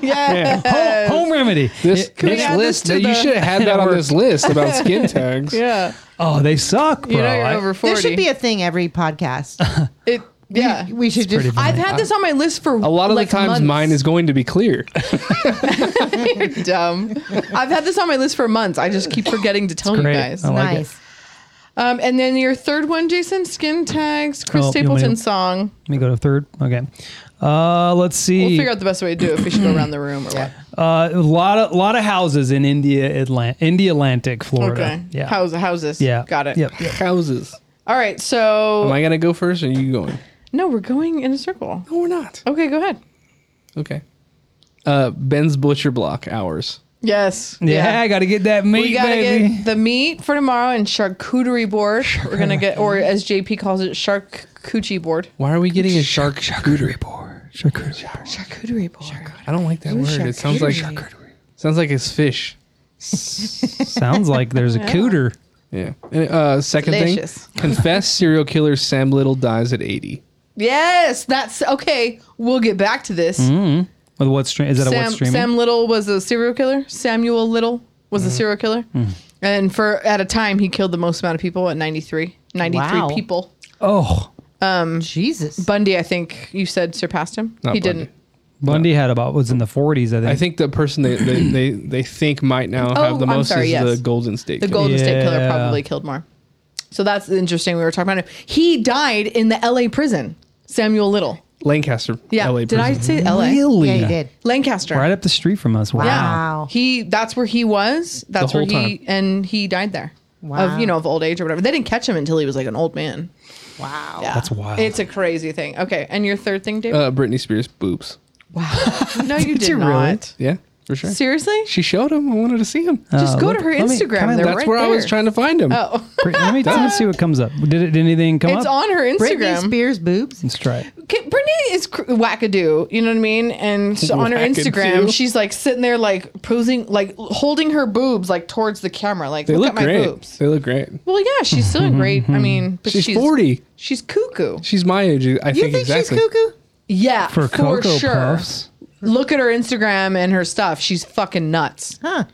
Speaker 3: Yeah.
Speaker 1: home, home remedy.
Speaker 2: This,
Speaker 3: we
Speaker 2: this
Speaker 3: add
Speaker 2: list,
Speaker 3: this to
Speaker 2: that you
Speaker 3: the-
Speaker 2: should have had that on this list about skin tags.
Speaker 3: Yeah.
Speaker 1: Oh, they suck, bro.
Speaker 3: You know, you're
Speaker 1: I-
Speaker 3: over forty.
Speaker 4: There should be a thing every podcast.
Speaker 3: It, yeah.
Speaker 4: we should just.
Speaker 1: pretty
Speaker 3: I've had this on my list for
Speaker 2: A lot of the times, mine is going to be clear.
Speaker 3: You're dumb. I've had this on my list for months. I just keep forgetting to tell you
Speaker 1: great.
Speaker 3: guys.
Speaker 1: I like it.
Speaker 4: nice.
Speaker 3: Um, and then your third one, Jason, skin tags, Chris
Speaker 1: Oh, you want me to-
Speaker 3: Stapleton song.
Speaker 1: Let me go to third. Okay. Uh, let's
Speaker 3: We'll
Speaker 1: see.
Speaker 3: figure out the best way to do it. If we should go around the room or what.
Speaker 1: uh, a lot of lot of houses in India, Atlant- India Atlantic, Florida.
Speaker 3: Okay.
Speaker 1: Yeah.
Speaker 3: How's houses?
Speaker 1: Yeah.
Speaker 3: Got it.
Speaker 1: Yep.
Speaker 2: Houses.
Speaker 3: All right. So
Speaker 2: Am I gonna go first, or are you going?
Speaker 3: no, we're going in a circle.
Speaker 2: No, we're not.
Speaker 3: Okay, go ahead.
Speaker 2: Okay. Uh, Ben's Butcher Block hours.
Speaker 3: Yes.
Speaker 1: Yeah, I got to get that meat,
Speaker 3: We gotta
Speaker 1: baby.
Speaker 3: get the meat for tomorrow and charcuterie board. We're gonna get, or as JP calls it, shark coochie board.
Speaker 2: Why are we getting a shark?
Speaker 1: charcuterie board. Charcuterie board.
Speaker 3: Charcuterie board.
Speaker 2: I don't like that word. It sounds like sounds like it's fish.
Speaker 1: Sounds like there's a cooter.
Speaker 2: Yeah. And, uh, second
Speaker 3: Delicious.
Speaker 2: thing, confess serial killer Sam Little dies at 80.
Speaker 3: Yes, that's okay. We'll get back to this.
Speaker 1: With what stream? Mm, Is that a what
Speaker 3: Sam,
Speaker 1: streaming? Mm.
Speaker 3: Sam Little was a serial killer. Samuel Little was a serial killer. And for at a time, he killed the most amount of people at 93. 93
Speaker 4: Wow.
Speaker 3: people.
Speaker 1: oh,
Speaker 4: Jesus.
Speaker 3: Bundy, I think you said surpassed him.
Speaker 2: Not
Speaker 3: he
Speaker 2: Bundy.
Speaker 3: didn't.
Speaker 1: Bundy had about was in the 40s, I think.
Speaker 2: I think the person they, they, they, they think might now have the
Speaker 3: Oh, I'm
Speaker 2: most
Speaker 3: sorry,
Speaker 2: is
Speaker 3: yes.
Speaker 2: the Golden State.
Speaker 3: The
Speaker 2: Killer.
Speaker 3: Golden State Killer
Speaker 1: Yeah.
Speaker 3: probably killed more. So that's interesting. We were talking about him. He died in the LA prison. Samuel Little.
Speaker 2: Lancaster,
Speaker 3: Yeah.
Speaker 2: LA
Speaker 3: Did
Speaker 2: prison.
Speaker 3: I say LA?
Speaker 1: Really?
Speaker 4: yeah, you did.
Speaker 3: Lancaster.
Speaker 1: Right up the street from us. Wow.
Speaker 4: Wow.
Speaker 3: He that's where he was. That's
Speaker 2: whole
Speaker 3: where he
Speaker 2: time.
Speaker 3: and he died there.
Speaker 4: Wow.
Speaker 3: Of you know of old age or whatever. They didn't catch him until he was like an old man.
Speaker 4: Wow.
Speaker 1: That's wild.
Speaker 3: It's a crazy thing. Okay, and your third thing, David?
Speaker 2: Uh, Britney Spears boobs.
Speaker 3: no, you did
Speaker 4: you really?
Speaker 3: not.
Speaker 2: Yeah, for sure.
Speaker 3: Seriously?
Speaker 2: She showed him. I wanted to see him.
Speaker 3: Just
Speaker 1: Uh,
Speaker 3: go
Speaker 1: let-
Speaker 3: to her
Speaker 1: let me- can
Speaker 3: Instagram.
Speaker 1: I-
Speaker 3: They're
Speaker 2: That's
Speaker 3: right
Speaker 2: where I
Speaker 3: there.
Speaker 2: was trying to find him.
Speaker 3: Oh,
Speaker 1: Brit- Let me, let me see what comes up. Did, it, did anything come
Speaker 3: it's
Speaker 1: up?
Speaker 3: on her
Speaker 4: Britney
Speaker 3: Instagram.
Speaker 4: Spears boobs.
Speaker 1: Let's try it.
Speaker 3: K- Brittany is cr- wackadoo, you know what I mean? And so on her
Speaker 2: Wackadoo.
Speaker 3: Instagram, she's like sitting there, like posing, like holding her boobs, like towards the camera, like
Speaker 2: they
Speaker 3: look
Speaker 2: look
Speaker 3: at my
Speaker 2: great.
Speaker 3: boobs.
Speaker 2: They look great.
Speaker 3: Well, yeah, she's still great. I mean, but
Speaker 2: She's 40.
Speaker 3: She's cuckoo.
Speaker 2: She's my age. I
Speaker 4: You
Speaker 2: think,
Speaker 4: think
Speaker 2: exactly.
Speaker 4: she's cuckoo?
Speaker 3: Yeah, for,
Speaker 1: For Cocoa
Speaker 3: sure.
Speaker 1: Puffs.
Speaker 3: Look at her Instagram and her stuff. She's fucking nuts.
Speaker 4: Huh.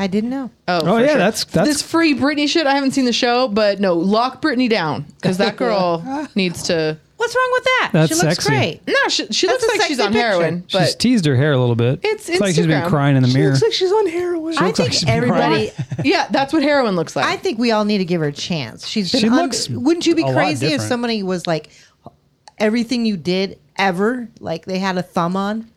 Speaker 4: I didn't know.
Speaker 1: Oh,
Speaker 3: Oh, for
Speaker 1: yeah,
Speaker 3: sure.
Speaker 1: that's- that's-
Speaker 3: this free Britney shit. I haven't seen the show, but no, lock Britney down because that girl needs to.
Speaker 4: What's wrong with that?
Speaker 1: That's
Speaker 4: she looks
Speaker 1: sexy. Mm,
Speaker 4: great.
Speaker 3: No, she, she
Speaker 4: That's
Speaker 3: looks
Speaker 4: a
Speaker 3: like she's
Speaker 4: sexy
Speaker 3: on heroin,
Speaker 4: picture.
Speaker 3: but
Speaker 1: she's teased her hair a little bit.
Speaker 3: It's
Speaker 1: like she's been
Speaker 3: Instagram.
Speaker 1: crying in the mirror.
Speaker 2: Looks like she's on heroin.
Speaker 4: I
Speaker 1: looks like
Speaker 4: think
Speaker 1: she's been
Speaker 4: everybody.
Speaker 3: yeah, that's what heroin looks like.
Speaker 4: I think we all need to give her a chance. She's been.
Speaker 1: She
Speaker 4: un-
Speaker 1: looks
Speaker 4: wouldn't you be
Speaker 1: a lot
Speaker 4: crazy if
Speaker 1: different.
Speaker 4: somebody was like, everything you did ever, like they had a thumb on?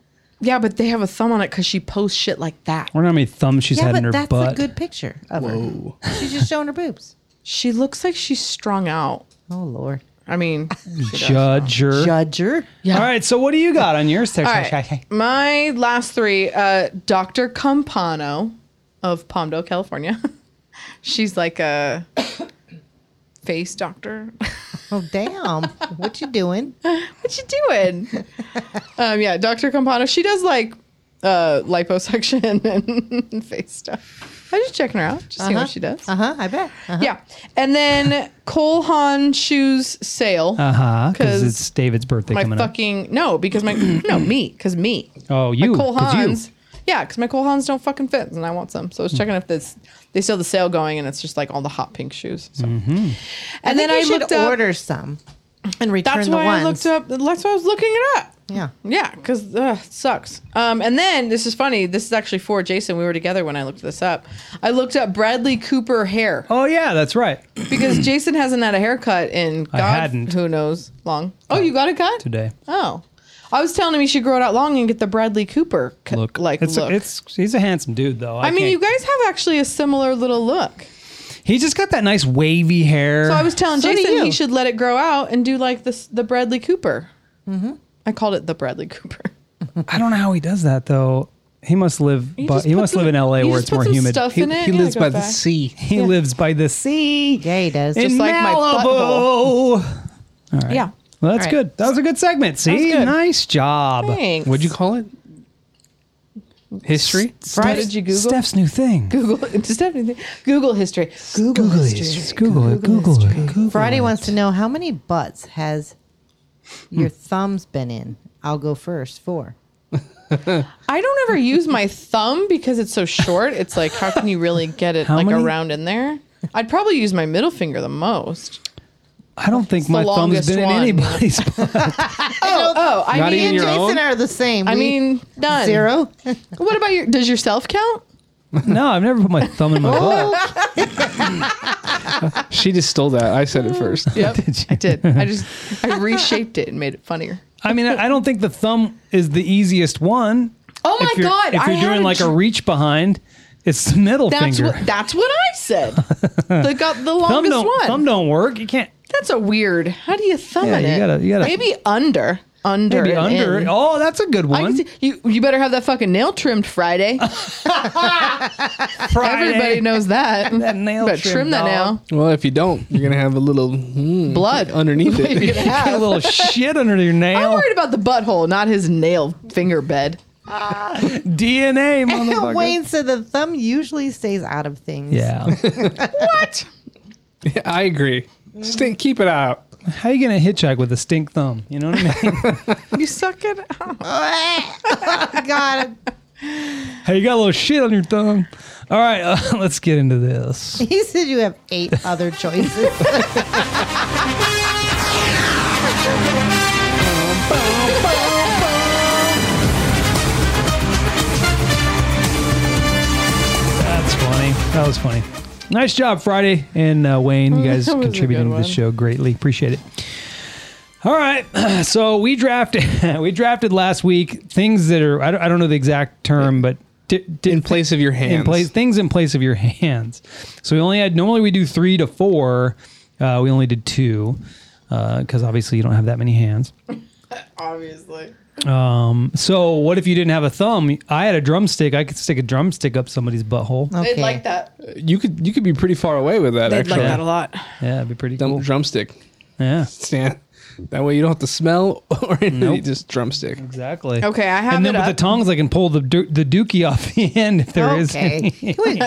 Speaker 3: yeah, but they have a thumb on it because she posts shit like that.
Speaker 1: I wonder how many thumbs she's
Speaker 4: yeah,
Speaker 1: had in her
Speaker 4: but that's
Speaker 1: butt.
Speaker 4: a good picture of her. She's just showing her boobs.
Speaker 3: She looks like she's strung out.
Speaker 4: Oh lord,
Speaker 3: I mean,
Speaker 1: Judger.
Speaker 4: judge her.
Speaker 1: All right, so what do you got on your section?
Speaker 3: all right. My last three, uh, Dr. Campano of Palmdale, California. she's like a face doctor.
Speaker 4: Oh damn, what you doing?
Speaker 3: what you doing? um, yeah, Dr. Campano. She does like uh, liposuction and face stuff. I'm just checking her out, just seeing
Speaker 4: Uh-huh.
Speaker 3: what she does.
Speaker 4: Uh huh. I bet. Uh-huh.
Speaker 3: Yeah, and then Cole Haan shoes sale.
Speaker 1: Uh huh. Because
Speaker 3: 'Cause
Speaker 1: it's David's birthday
Speaker 3: my
Speaker 1: coming
Speaker 3: fucking no, because my no me, because me.
Speaker 1: up. Oh, you.
Speaker 3: my Cole
Speaker 1: 'cause you. Hmm.
Speaker 3: Hans. Yeah, because my Cole Hans don't fucking fit, and I want some. So I was checking if this they still have the sale going, and it's just like all the hot pink shoes. So.
Speaker 1: Mm-hmm.
Speaker 3: And then I
Speaker 4: I, think you
Speaker 3: looked
Speaker 4: should
Speaker 3: up.
Speaker 4: order some and return
Speaker 3: that's
Speaker 4: the
Speaker 3: why
Speaker 4: ones.
Speaker 3: I looked up. That's why I was looking it up.
Speaker 4: Yeah.
Speaker 3: Yeah, because uh, it sucks. Um, and then this is funny. This is actually for Jason. We were together when I looked this up. I looked up Bradley Cooper hair
Speaker 1: Oh, yeah, that's right.
Speaker 3: because Jason hasn't had a haircut in
Speaker 1: I
Speaker 3: God
Speaker 1: hadn't.
Speaker 3: who knows long. Oh, you got a cut
Speaker 1: Today.
Speaker 3: Oh, I was telling him you should grow it out long and get the Bradley Cooper cut,
Speaker 1: Look.
Speaker 3: like
Speaker 1: it's,
Speaker 3: look.
Speaker 1: It's, he's a handsome dude, though. I,
Speaker 3: I mean,
Speaker 1: can't-
Speaker 3: you guys have actually a similar little look.
Speaker 1: He just got that nice wavy hair.
Speaker 3: So I was telling
Speaker 4: So do
Speaker 3: Jason he
Speaker 4: you.
Speaker 3: should let it grow out and do like this the Bradley Cooper. I called it the Bradley Cooper.
Speaker 1: I don't know how he does that though. He must live.
Speaker 3: You
Speaker 1: But
Speaker 3: just
Speaker 1: he
Speaker 3: put
Speaker 1: must
Speaker 3: some-
Speaker 1: live in L.A.
Speaker 3: you
Speaker 1: where
Speaker 3: just
Speaker 1: it's
Speaker 3: put
Speaker 1: more
Speaker 3: some
Speaker 1: humid.
Speaker 3: Stuff
Speaker 2: He,
Speaker 3: in it.
Speaker 2: he
Speaker 3: Yeah,
Speaker 2: lives
Speaker 3: go
Speaker 2: by the
Speaker 3: back.
Speaker 2: sea.
Speaker 1: He lives by the sea.
Speaker 4: Yeah, he does.
Speaker 1: in
Speaker 4: Just
Speaker 3: like my
Speaker 1: Malibu.
Speaker 3: butthole. Yeah.
Speaker 1: well, that's
Speaker 4: All right.
Speaker 1: good. That was a good segment. See,
Speaker 3: good.
Speaker 1: nice job.
Speaker 3: Thanks.
Speaker 2: What'd you call it? History?
Speaker 3: Right, did you Google?
Speaker 1: Steph's new thing.
Speaker 3: Google just everything. Google history. Google,
Speaker 1: Google it.
Speaker 3: history.
Speaker 1: Just Google it. Google it. Google it.
Speaker 4: Friday wants to know how many butts has your
Speaker 3: Hmm.
Speaker 4: thumb's been in. I'll go first. Four.
Speaker 3: I don't ever use my thumb because it's so short. It's like how can you really get it
Speaker 1: How
Speaker 3: like
Speaker 1: many?
Speaker 3: around in there? I'd probably use my middle finger the most.
Speaker 1: I don't think
Speaker 3: the
Speaker 1: my thumb's
Speaker 3: longest
Speaker 1: been
Speaker 3: one.
Speaker 1: in anybody's.
Speaker 3: Oh, oh, I
Speaker 2: Not
Speaker 3: mean,
Speaker 4: Me
Speaker 2: even
Speaker 4: and
Speaker 2: your own?
Speaker 4: Jason are the same.
Speaker 3: I
Speaker 4: We-
Speaker 3: mean, none.
Speaker 4: zero.
Speaker 3: What about your? Does yourself count?
Speaker 1: no, I've never put my thumb in my
Speaker 3: Oh.
Speaker 1: butt.
Speaker 2: She just stole that. I said it first.
Speaker 3: Yep,
Speaker 1: Did you?
Speaker 3: I did. I just I reshaped it and made it funnier.
Speaker 1: I mean, I I don't think the thumb is the easiest one.
Speaker 3: Oh my
Speaker 1: if you're,
Speaker 3: God,
Speaker 1: If
Speaker 3: I
Speaker 1: you're
Speaker 3: had
Speaker 1: doing
Speaker 3: a
Speaker 1: like a
Speaker 3: dr-
Speaker 1: reach behind, it's the middle
Speaker 3: That's
Speaker 1: finger.
Speaker 3: what that's what I said. They got the
Speaker 1: thumb
Speaker 3: longest
Speaker 1: don't
Speaker 3: one.
Speaker 1: thumb don't work. You can't.
Speaker 3: That's a weird. How do you thumb
Speaker 1: Yeah,
Speaker 3: in
Speaker 1: you
Speaker 3: it?
Speaker 1: gotta- you gotta-
Speaker 3: Maybe under. under.
Speaker 1: Maybe
Speaker 3: and
Speaker 1: under.
Speaker 3: in.
Speaker 1: Oh, that's a good
Speaker 3: I
Speaker 1: one.
Speaker 3: can see, you, you better have that fucking nail trimmed Friday.
Speaker 1: Friday.
Speaker 3: Everybody knows that.
Speaker 1: That nail
Speaker 3: Better
Speaker 1: trim,
Speaker 3: trim that
Speaker 1: dog.
Speaker 3: nail.
Speaker 2: Well, if you don't, you're gonna have a little hmm,
Speaker 3: Blood.
Speaker 2: underneath it.
Speaker 3: You're gonna
Speaker 1: Get a
Speaker 3: have.
Speaker 1: little shit under your
Speaker 3: I'm
Speaker 1: nail.
Speaker 3: worried about the butthole, not his nail finger bed.
Speaker 1: DNA, motherfucker.
Speaker 4: Wayne said the thumb usually stays out of things.
Speaker 1: Yeah.
Speaker 2: I agree. Stay, keep it out.
Speaker 1: How you gonna hitchhike with a stink thumb? You know what I mean?
Speaker 3: You suck it out.
Speaker 4: Oh, God,
Speaker 1: hey, you got a little shit on your thumb. All right, uh, let's get into this.
Speaker 4: he said you have eight other choices.
Speaker 1: That's funny. That was funny. Nice job, Friday and uh, Wayne. You guys
Speaker 3: That was a
Speaker 1: contributing
Speaker 3: good
Speaker 1: to the
Speaker 3: one.
Speaker 1: show greatly. Appreciate it. All right, so we drafted. we drafted last week things that are I don't, I don't know the exact term, but di- di-
Speaker 2: In place of your hands.
Speaker 1: in place things in place of your hands. So we only had normally we do three to four. Uh, we only did two because obviously you don't have that many hands.
Speaker 3: Obviously.
Speaker 1: So what if you didn't have a thumb? I had a drumstick. I could stick a drumstick up somebody's butthole.
Speaker 4: Okay.
Speaker 3: They'd like that.
Speaker 2: You could you could be pretty far away with that.
Speaker 3: They'd
Speaker 2: actually,
Speaker 3: like that a lot.
Speaker 1: Yeah, it'd be pretty
Speaker 2: Dumb-
Speaker 1: cool.
Speaker 2: drumstick
Speaker 1: Yeah,
Speaker 2: stand. That way you don't have to smell or anything. Just drumstick.
Speaker 1: exactly.
Speaker 3: Okay, I have
Speaker 1: And then
Speaker 3: it
Speaker 1: with the
Speaker 3: up.
Speaker 1: tongs, I can pull the do- the dookie off the end if there is.
Speaker 4: okay.
Speaker 1: any.
Speaker 4: Can we-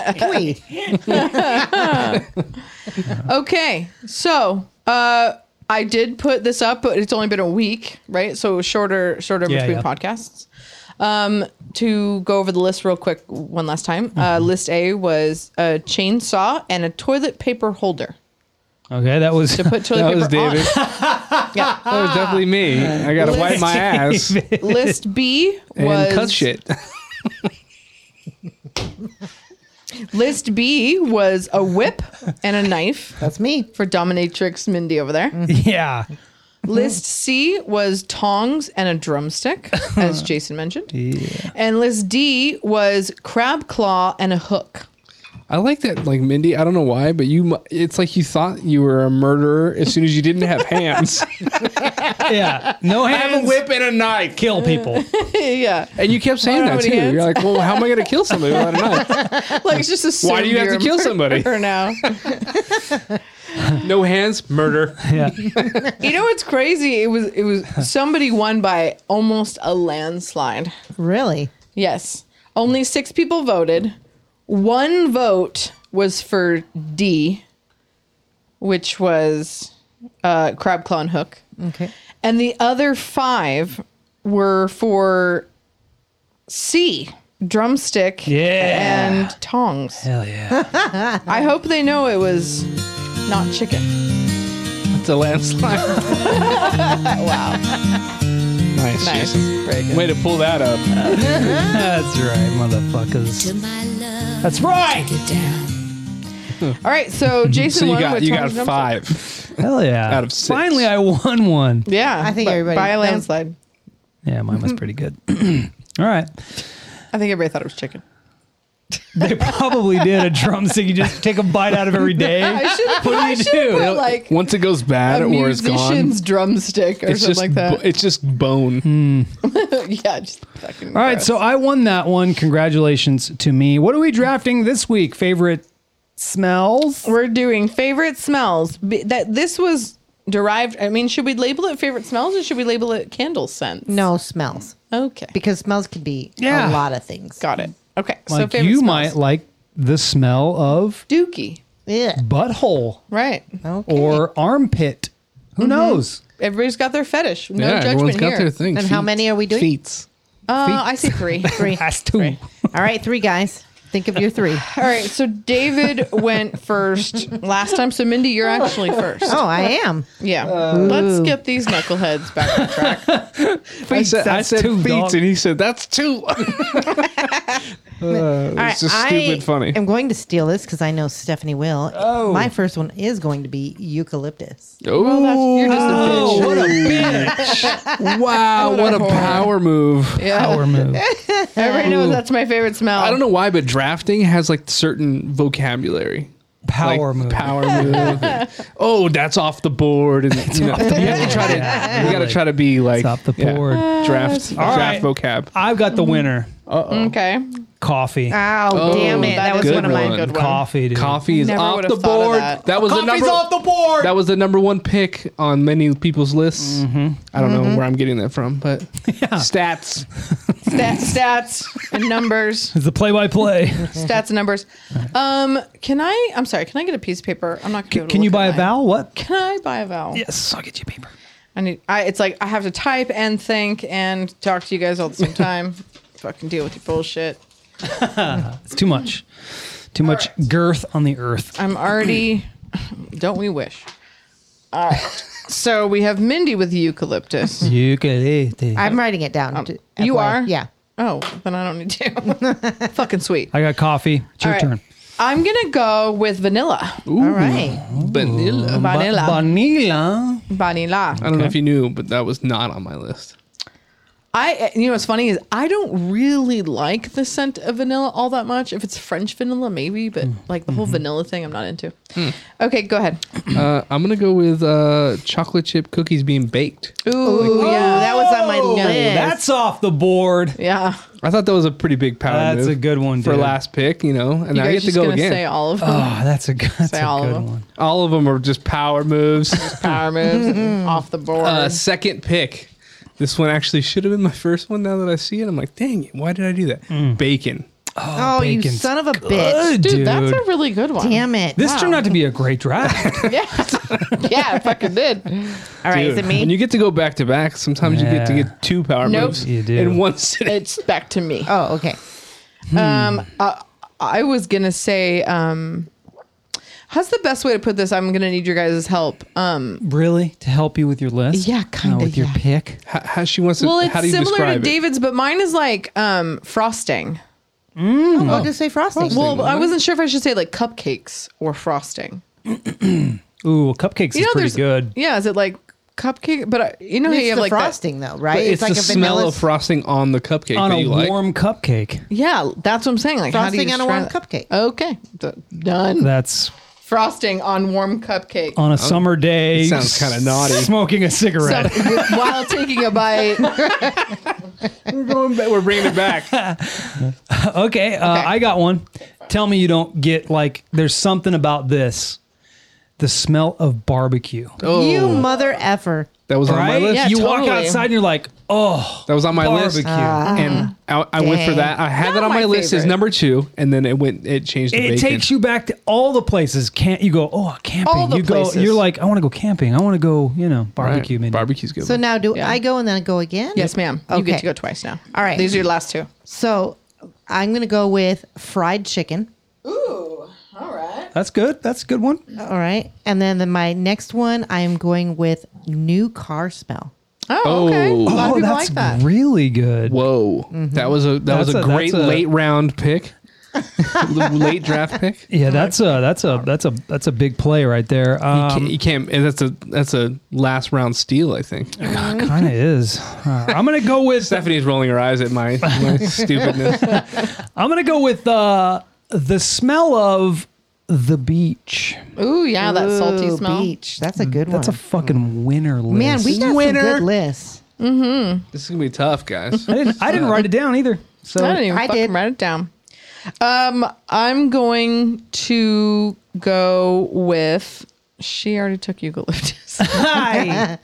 Speaker 4: can we-
Speaker 3: Okay, so uh, I did put this up, but it's only been a week, right? So it was shorter, shorter
Speaker 1: Yeah,
Speaker 3: between
Speaker 1: yeah.
Speaker 3: podcasts. Um, to go over the list real quick one last time. Uh,
Speaker 2: Mm-hmm.
Speaker 3: list A was a chainsaw and a toilet paper holder
Speaker 1: Okay, that was
Speaker 3: to put toilet
Speaker 2: That
Speaker 3: paper
Speaker 2: was David.
Speaker 3: on. yeah.
Speaker 2: That was definitely me. I gotta wipe my ass
Speaker 3: List B was
Speaker 2: and cut shit.
Speaker 3: List B was a whip and a knife
Speaker 4: That's me.
Speaker 3: for dominatrix Mindy over there.
Speaker 2: Mm-hmm.
Speaker 1: yeah.
Speaker 3: List C was tongs and a drumstick, as Jason mentioned. And list D was crab claw and a hook.
Speaker 2: I like that, like Mindy. I don't know why, but you. mu- It's like you thought you were a murderer as soon as you didn't have hands.
Speaker 1: Yeah, no hands.
Speaker 2: and a knife,
Speaker 1: Kill people.
Speaker 3: yeah.
Speaker 2: and you kept saying
Speaker 3: I don't
Speaker 2: that
Speaker 3: have
Speaker 2: too.
Speaker 3: any
Speaker 2: You're like, well, how am I gonna kill somebody without a knife?
Speaker 3: Like it's just a
Speaker 2: Why do you have to kill somebody?
Speaker 3: For now.
Speaker 2: No hands, murder.
Speaker 1: Yeah.
Speaker 3: You know what's crazy? It was it was somebody won by almost a landslide.
Speaker 4: Really?
Speaker 3: Yes. Only six people voted. One vote was for D, which was uh, crab claw and hook.
Speaker 4: Okay.
Speaker 3: And the other five were for C, drumstick
Speaker 1: Yeah.
Speaker 3: and tongs.
Speaker 1: Hell yeah.
Speaker 3: I hope they know it was not chicken.
Speaker 2: It's a landslide. wow. Nice.
Speaker 3: Nice.
Speaker 2: Jason.
Speaker 3: Very good.
Speaker 2: Way to pull that up.
Speaker 1: That's right, motherfuckers. That's right.
Speaker 3: All right, so Jason
Speaker 2: So you
Speaker 3: won
Speaker 2: got
Speaker 3: with
Speaker 2: you got
Speaker 3: tongs and drumstick.
Speaker 2: five.
Speaker 1: Hell yeah.
Speaker 2: Out of six.
Speaker 1: Finally, I won one.
Speaker 3: Yeah,
Speaker 4: I think
Speaker 3: but
Speaker 4: everybody-
Speaker 3: by a
Speaker 4: that-
Speaker 3: landslide.
Speaker 1: Yeah, mine was pretty good. All right.
Speaker 3: I think everybody thought it was chicken.
Speaker 1: They probably did a drumstick. You just take a bite out of every day.
Speaker 3: I should have put, I
Speaker 1: do you
Speaker 3: should've
Speaker 1: do?
Speaker 3: put, like
Speaker 2: Uh, Once it goes bad
Speaker 3: a
Speaker 2: or it's gone,
Speaker 3: musician's drumstick or
Speaker 2: it's
Speaker 3: something
Speaker 2: just
Speaker 3: like
Speaker 2: bo-
Speaker 3: that. Hmm.
Speaker 2: it's just bone.
Speaker 3: yeah, just fucking.
Speaker 1: All right, so I won that one. Congratulations to me. What are we drafting this week? Favorite smells?
Speaker 3: We're doing favorite smells. B- That this was derived. I mean, should we label it favorite smells or should we label it candle scents?
Speaker 4: No smells.
Speaker 3: Okay.
Speaker 4: Because smells can be
Speaker 1: Yeah.
Speaker 4: a lot of things.
Speaker 3: Got it. Okay. so
Speaker 1: Like
Speaker 3: favorite
Speaker 1: you
Speaker 3: smells.
Speaker 1: might like the smell of
Speaker 3: Dookie.
Speaker 4: Yeah.
Speaker 1: butthole
Speaker 3: Right.
Speaker 4: Okay.
Speaker 1: or armpit. Who knows?
Speaker 3: Everybody's got their fetish. No
Speaker 2: yeah, everyone's
Speaker 3: judgment
Speaker 2: got
Speaker 3: here.
Speaker 2: their thing.
Speaker 4: and how
Speaker 2: Feet.
Speaker 4: many are we doing?
Speaker 2: Feet.
Speaker 3: Uh, I see three. three.
Speaker 1: That's two.
Speaker 4: All right, three guys. Think of your three.
Speaker 3: All right. So David went first last time. So Mindy, you're actually first.
Speaker 4: Oh, I am.
Speaker 3: Yeah.
Speaker 2: Uh,
Speaker 3: Let's skip these knuckleheads back on track.
Speaker 2: I said, I
Speaker 1: that's
Speaker 2: said
Speaker 1: two,
Speaker 2: feet,
Speaker 1: dog.
Speaker 2: and he said that's two. uh,
Speaker 4: All
Speaker 2: it's just stupid
Speaker 4: I
Speaker 2: funny.
Speaker 4: I'm going to steal this because I know Stephanie will.
Speaker 1: Oh.
Speaker 4: My first one is going to be eucalyptus.
Speaker 2: oh,
Speaker 3: Well, that's, you're just a
Speaker 1: Oh, what
Speaker 3: bitch.
Speaker 1: a bitch.
Speaker 2: wow!
Speaker 3: What a
Speaker 2: What a
Speaker 3: whore.
Speaker 2: power move.
Speaker 3: Yeah.
Speaker 1: Power move.
Speaker 3: Everybody knows that's my favorite smell.
Speaker 2: I don't know why, but drafting has like certain vocabulary.
Speaker 1: power
Speaker 2: like,
Speaker 1: move.
Speaker 2: Power move. oh, that's off the board, and you, know, you have to try to.
Speaker 1: Yeah.
Speaker 2: You got to try to be like
Speaker 1: off the
Speaker 2: yeah,
Speaker 3: Ah,
Speaker 1: board.
Speaker 2: draft
Speaker 1: All right.
Speaker 2: draft vocab.
Speaker 1: I've got the winner.
Speaker 3: Okay.
Speaker 1: Coffee.
Speaker 4: Ow,
Speaker 1: Oh,
Speaker 4: damn it.
Speaker 3: Oh, that
Speaker 4: That,
Speaker 3: is
Speaker 4: was one of
Speaker 3: my
Speaker 2: one.
Speaker 4: mine.
Speaker 3: good
Speaker 1: Coffee. Dude.
Speaker 2: Coffee is
Speaker 3: Never
Speaker 2: off
Speaker 3: would've
Speaker 2: the
Speaker 3: thought of
Speaker 2: board.
Speaker 3: that.
Speaker 2: That, was the
Speaker 3: Coffee's
Speaker 2: number.
Speaker 3: off the board!
Speaker 2: That was the number one pick on many people's lists.
Speaker 3: Mm-hmm.
Speaker 2: I don't know where I'm getting that from, but stats.
Speaker 3: Stat, stats and numbers.
Speaker 1: It's the play-by-play.
Speaker 3: stats and numbers. Um, can I? I'm sorry. Can I get a piece of paper? I'm not. Gonna be able
Speaker 1: Can,
Speaker 3: to
Speaker 1: can you
Speaker 3: look
Speaker 1: buy
Speaker 3: at
Speaker 1: a
Speaker 3: mine.
Speaker 1: vowel? What?
Speaker 3: Can I buy a vowel?
Speaker 1: Yes, I'll get you paper.
Speaker 3: I need. I, it's like I have to type and think and talk to you guys all at the same time. Fucking deal with your bullshit.
Speaker 1: It's too much. Too much girth on the earth.
Speaker 3: I'm already. don't we wish? All right. So we have Mindy with eucalyptus.
Speaker 1: You can I,
Speaker 4: I'm writing it down. to-
Speaker 3: you
Speaker 4: FYI.
Speaker 3: are?
Speaker 4: Yeah.
Speaker 3: Oh, then I don't need to. Fucking sweet.
Speaker 1: I got coffee. It's your
Speaker 3: All right.
Speaker 1: turn.
Speaker 3: I'm gonna go with vanilla.
Speaker 4: All right.
Speaker 2: Vanilla.
Speaker 3: Vanilla.
Speaker 1: Vanilla.
Speaker 3: vanilla.
Speaker 2: I don't know if you knew, but that was not on my list.
Speaker 3: I eh, you know what's funny is I don't really like the scent of vanilla all that much. If it's French vanilla, maybe, but
Speaker 2: Mm.
Speaker 3: like the whole
Speaker 2: Mm-hmm.
Speaker 3: vanilla thing, I'm not into. Okay, go ahead.
Speaker 2: Uh, I'm gonna go with uh, chocolate chip cookies being baked.
Speaker 3: Ooh,
Speaker 4: Oh,
Speaker 3: yeah,
Speaker 4: that was on my
Speaker 1: Oh,
Speaker 4: list.
Speaker 1: that's off the board.
Speaker 3: yeah.
Speaker 2: I thought that was a pretty big power
Speaker 1: That's
Speaker 2: move
Speaker 1: a good one,
Speaker 2: for
Speaker 1: dude.
Speaker 2: last pick, you know. And
Speaker 3: You
Speaker 2: now
Speaker 3: guys
Speaker 2: you have to
Speaker 3: just
Speaker 2: go
Speaker 3: gonna
Speaker 2: again. Uh,
Speaker 3: say all of them.
Speaker 1: Oh, that's a good, that's
Speaker 3: Say
Speaker 1: a
Speaker 3: all of
Speaker 1: good
Speaker 3: them.
Speaker 1: one.
Speaker 2: All of them are just power moves.
Speaker 3: Power moves off the board.
Speaker 2: uh, second pick. This one actually should have been my first one. Now that I see it, I'm like, dang it, why did I do that?
Speaker 1: Hmm.
Speaker 2: Bacon.
Speaker 4: Oh, you
Speaker 1: Bacon's
Speaker 4: son of a bitch.
Speaker 1: Good,
Speaker 3: dude,
Speaker 1: dude.
Speaker 3: that's a really good one.
Speaker 4: Damn it.
Speaker 1: this turned out to be a great draft.
Speaker 3: Yeah, yeah, it fucking did.
Speaker 4: All right.
Speaker 2: Dude,
Speaker 4: Is it me?
Speaker 2: When you get to go back to back, sometimes you get to
Speaker 1: Yeah.
Speaker 2: get two power
Speaker 3: Nope.
Speaker 2: moves
Speaker 1: You do.
Speaker 2: in one sitting.
Speaker 3: It's back to me.
Speaker 2: Uh,
Speaker 4: oh, okay.
Speaker 2: hmm.
Speaker 3: Um, uh, I was gonna say, um, how's the best way to put this? I'm gonna need your guys' help. Um,
Speaker 1: really? To help you with your list? Uh,
Speaker 3: Yeah, kinda,
Speaker 1: With your
Speaker 3: yeah.
Speaker 1: pick?
Speaker 2: How, how she wants to.
Speaker 3: well,
Speaker 2: how
Speaker 3: it's
Speaker 2: do you
Speaker 3: similar to
Speaker 2: describe it?
Speaker 3: David's, but mine is like um, frosting.
Speaker 4: I'll just say frosting.
Speaker 3: Well, I wasn't sure if I should say like cupcakes or frosting.
Speaker 1: Ooh, cupcakes is pretty
Speaker 3: there's
Speaker 1: good.
Speaker 3: Yeah, is it like cupcake? But I, you know, how
Speaker 4: it's
Speaker 3: you have
Speaker 4: the
Speaker 3: like that-
Speaker 4: frosting, though, right?
Speaker 2: It's, the smell of frosting on the cupcake
Speaker 1: On
Speaker 2: that
Speaker 1: a
Speaker 2: you like.
Speaker 1: warm cupcake.
Speaker 3: yeah, that's what I'm saying. Like how do you
Speaker 4: Frosting on a
Speaker 3: describe
Speaker 4: warm
Speaker 3: that?
Speaker 4: cupcake.
Speaker 3: Okay, D- done.
Speaker 1: That's
Speaker 3: Frosting on warm cupcake.
Speaker 1: on a summer day.
Speaker 2: Oh, It sounds kinda naughty.
Speaker 1: Smoking a cigarette.
Speaker 3: So, while taking a bite,
Speaker 2: We're going back. We're bringing it back.
Speaker 1: okay, uh,
Speaker 3: Okay.
Speaker 1: I got one. Tell me you don't get like there's something about this. The smell of barbecue.
Speaker 4: You mother effer.
Speaker 2: That was on my
Speaker 1: Right?
Speaker 2: list.
Speaker 3: Yeah,
Speaker 1: you walk
Speaker 3: totally.
Speaker 1: outside and you're like, oh,
Speaker 2: That was on my list.
Speaker 1: Barbecue.
Speaker 2: and I, I went for
Speaker 4: Ah, Dang.
Speaker 2: that. I had
Speaker 3: Not
Speaker 2: that on
Speaker 3: my
Speaker 2: my, list as
Speaker 3: favorite.
Speaker 2: number two, and then it went. It changed. To
Speaker 1: it
Speaker 2: bacon.
Speaker 1: takes you back to all the places. Can't you go? Oh, camping.
Speaker 3: All the
Speaker 1: you go.
Speaker 3: places.
Speaker 1: You're like, I want to go camping. I want to go. You know, barbecue. Maybe.
Speaker 2: Barbecue's good.
Speaker 4: So now do
Speaker 3: Yeah.
Speaker 4: I go and then go again?
Speaker 3: yes, ma'am, you get
Speaker 4: Okay.
Speaker 3: to go twice now.
Speaker 4: All right.
Speaker 3: these are your last two.
Speaker 4: So I'm going to go with fried chicken.
Speaker 3: Ooh, all right.
Speaker 1: That's good. That's a good one.
Speaker 4: All right. And then the, my next one, I am going with new car smell.
Speaker 3: Oh, okay.
Speaker 2: Oh.
Speaker 3: A lot of
Speaker 1: oh,
Speaker 3: people
Speaker 1: that's
Speaker 3: like that.
Speaker 1: really good.
Speaker 2: Whoa,
Speaker 4: Mm-hmm.
Speaker 2: that was a that was a,
Speaker 1: That's a-
Speaker 2: great
Speaker 1: that's a-
Speaker 2: late round pick, late draft pick.
Speaker 1: Yeah, that's a that's a that's a that's a big play right there. Um,
Speaker 2: you can't. and That's a that's a last round steal. I think
Speaker 1: kind of is. Uh, I'm gonna go with
Speaker 2: Stephanie's rolling her eyes at my, my stupidness.
Speaker 1: I'm gonna go with uh, the smell of the beach.
Speaker 3: Ooh, yeah, that salty
Speaker 4: Ooh,
Speaker 3: smell. Mm.
Speaker 4: Beach. That's a good
Speaker 1: That's a
Speaker 4: one.
Speaker 1: fucking winner list.
Speaker 4: Man, we got
Speaker 2: Winner.
Speaker 4: some good lists.
Speaker 2: This is gonna be tough, guys.
Speaker 1: I didn't, I didn't write it down either. So
Speaker 3: I didn't even
Speaker 4: I
Speaker 3: fucking
Speaker 4: did.
Speaker 3: write it down. Um, I'm going to go with. She already took eucalyptus.
Speaker 1: Hi.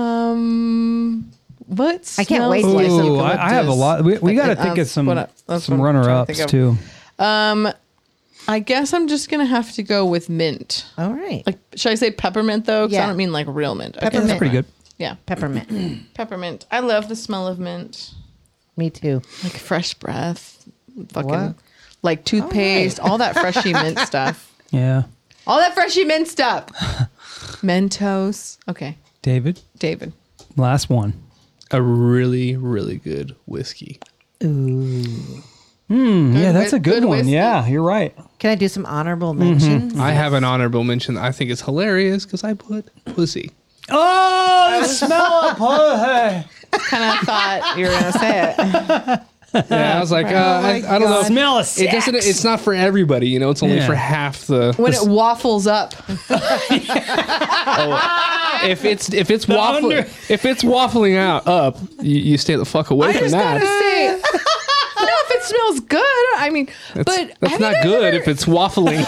Speaker 3: um, what?
Speaker 4: I can't wait
Speaker 3: smells
Speaker 4: to
Speaker 3: like
Speaker 4: do some
Speaker 1: Ooh, I, I have a
Speaker 3: eucalyptus?
Speaker 1: lot. We, we got to
Speaker 3: think
Speaker 1: think of
Speaker 3: that's
Speaker 1: some
Speaker 3: um, what I- that's
Speaker 1: some
Speaker 3: what I'm trying to
Speaker 1: runner ups
Speaker 3: think of.
Speaker 1: too.
Speaker 3: I guess I'm just gonna have to go with mint.
Speaker 4: All right.
Speaker 3: Like, should I say peppermint though? Because I
Speaker 4: Yeah.
Speaker 3: don't mean like real mint. Okay.
Speaker 4: Peppermint.
Speaker 1: That's pretty good.
Speaker 3: Yeah,
Speaker 4: Peppermint.
Speaker 3: peppermint. I love the smell of mint.
Speaker 4: Me too.
Speaker 3: Like fresh breath, fucking
Speaker 4: What?
Speaker 3: like toothpaste, all that freshy mint stuff.
Speaker 1: Yeah,
Speaker 3: All that freshy mint stuff. Mentos. Okay,
Speaker 1: David,
Speaker 3: David.
Speaker 1: last one.
Speaker 2: a really really good whiskey.
Speaker 1: yeah, that's
Speaker 3: whi-
Speaker 1: a good,
Speaker 3: good
Speaker 1: one.
Speaker 3: whiskey.
Speaker 1: Yeah, you're right.
Speaker 4: Can I do some honorable
Speaker 3: Mm-hmm.
Speaker 4: mentions?
Speaker 2: I have an honorable mention. I think it's hilarious because I put pussy.
Speaker 1: Oh, the smell of hey.
Speaker 3: Kind of thought you were gonna say it.
Speaker 2: Yeah, I was like, uh, I,
Speaker 4: my
Speaker 2: I don't know.
Speaker 4: God.
Speaker 1: Smell of
Speaker 2: It doesn't.
Speaker 1: sex.
Speaker 2: It's not for everybody. You know, it's only
Speaker 1: Yeah.
Speaker 2: for half the.
Speaker 3: When it waffles up,
Speaker 2: if it's if it's waffling
Speaker 1: under-
Speaker 2: if it's waffling out up, you, you stay the fuck away
Speaker 3: I
Speaker 2: from
Speaker 3: just gotta
Speaker 2: that.
Speaker 3: say, no, if it smells good, I mean, but
Speaker 2: That's
Speaker 3: have you
Speaker 2: not
Speaker 3: guys
Speaker 2: good
Speaker 3: ever-
Speaker 2: if it's waffling.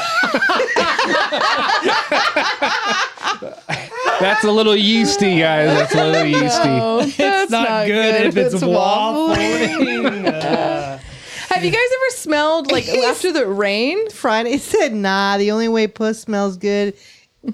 Speaker 2: That's a little yeasty, guys. That's a little yeasty.
Speaker 3: That's
Speaker 1: not good if it's
Speaker 3: waffling. Have you guys ever smelled like after the rain?
Speaker 4: Friday said, nah, the only way puss smells good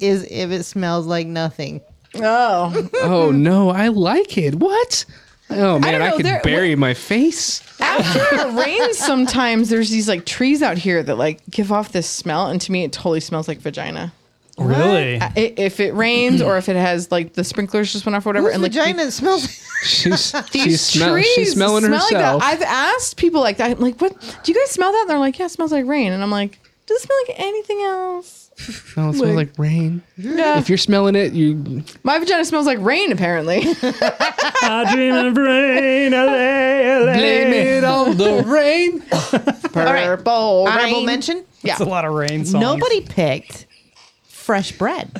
Speaker 4: is if it smells like nothing.
Speaker 3: Oh,
Speaker 2: Oh no, I like it. What? Oh man, I,
Speaker 3: know,
Speaker 2: could
Speaker 3: there-
Speaker 2: bury my face.
Speaker 3: after it rains, sometimes there's these like trees out here that like give off this smell, and to me, it totally smells like vagina.
Speaker 1: Really?
Speaker 3: Uh, I- If it rains or if it has like the sprinklers just went off or whatever,
Speaker 4: Whose
Speaker 3: and like
Speaker 4: vagina smells
Speaker 2: She's she's,
Speaker 3: these
Speaker 2: smell,
Speaker 3: trees
Speaker 2: she's smelling
Speaker 3: smell like
Speaker 2: herself.
Speaker 3: that. I've asked people like that. I'm like, what? Do you guys smell that? And they're like, yeah, it smells like rain. And I'm like, does it smell like anything else?
Speaker 2: no, it smells
Speaker 3: like-
Speaker 2: like rain.
Speaker 3: Yeah.
Speaker 2: If you're smelling it, you
Speaker 3: My vagina smells like rain, apparently.
Speaker 1: I dream of rain.
Speaker 2: blame it on the rain.
Speaker 3: Purple
Speaker 4: Honorable
Speaker 3: rain.
Speaker 4: mention.
Speaker 3: Yeah.
Speaker 1: It's a lot of rain songs.
Speaker 4: Nobody picked fresh bread.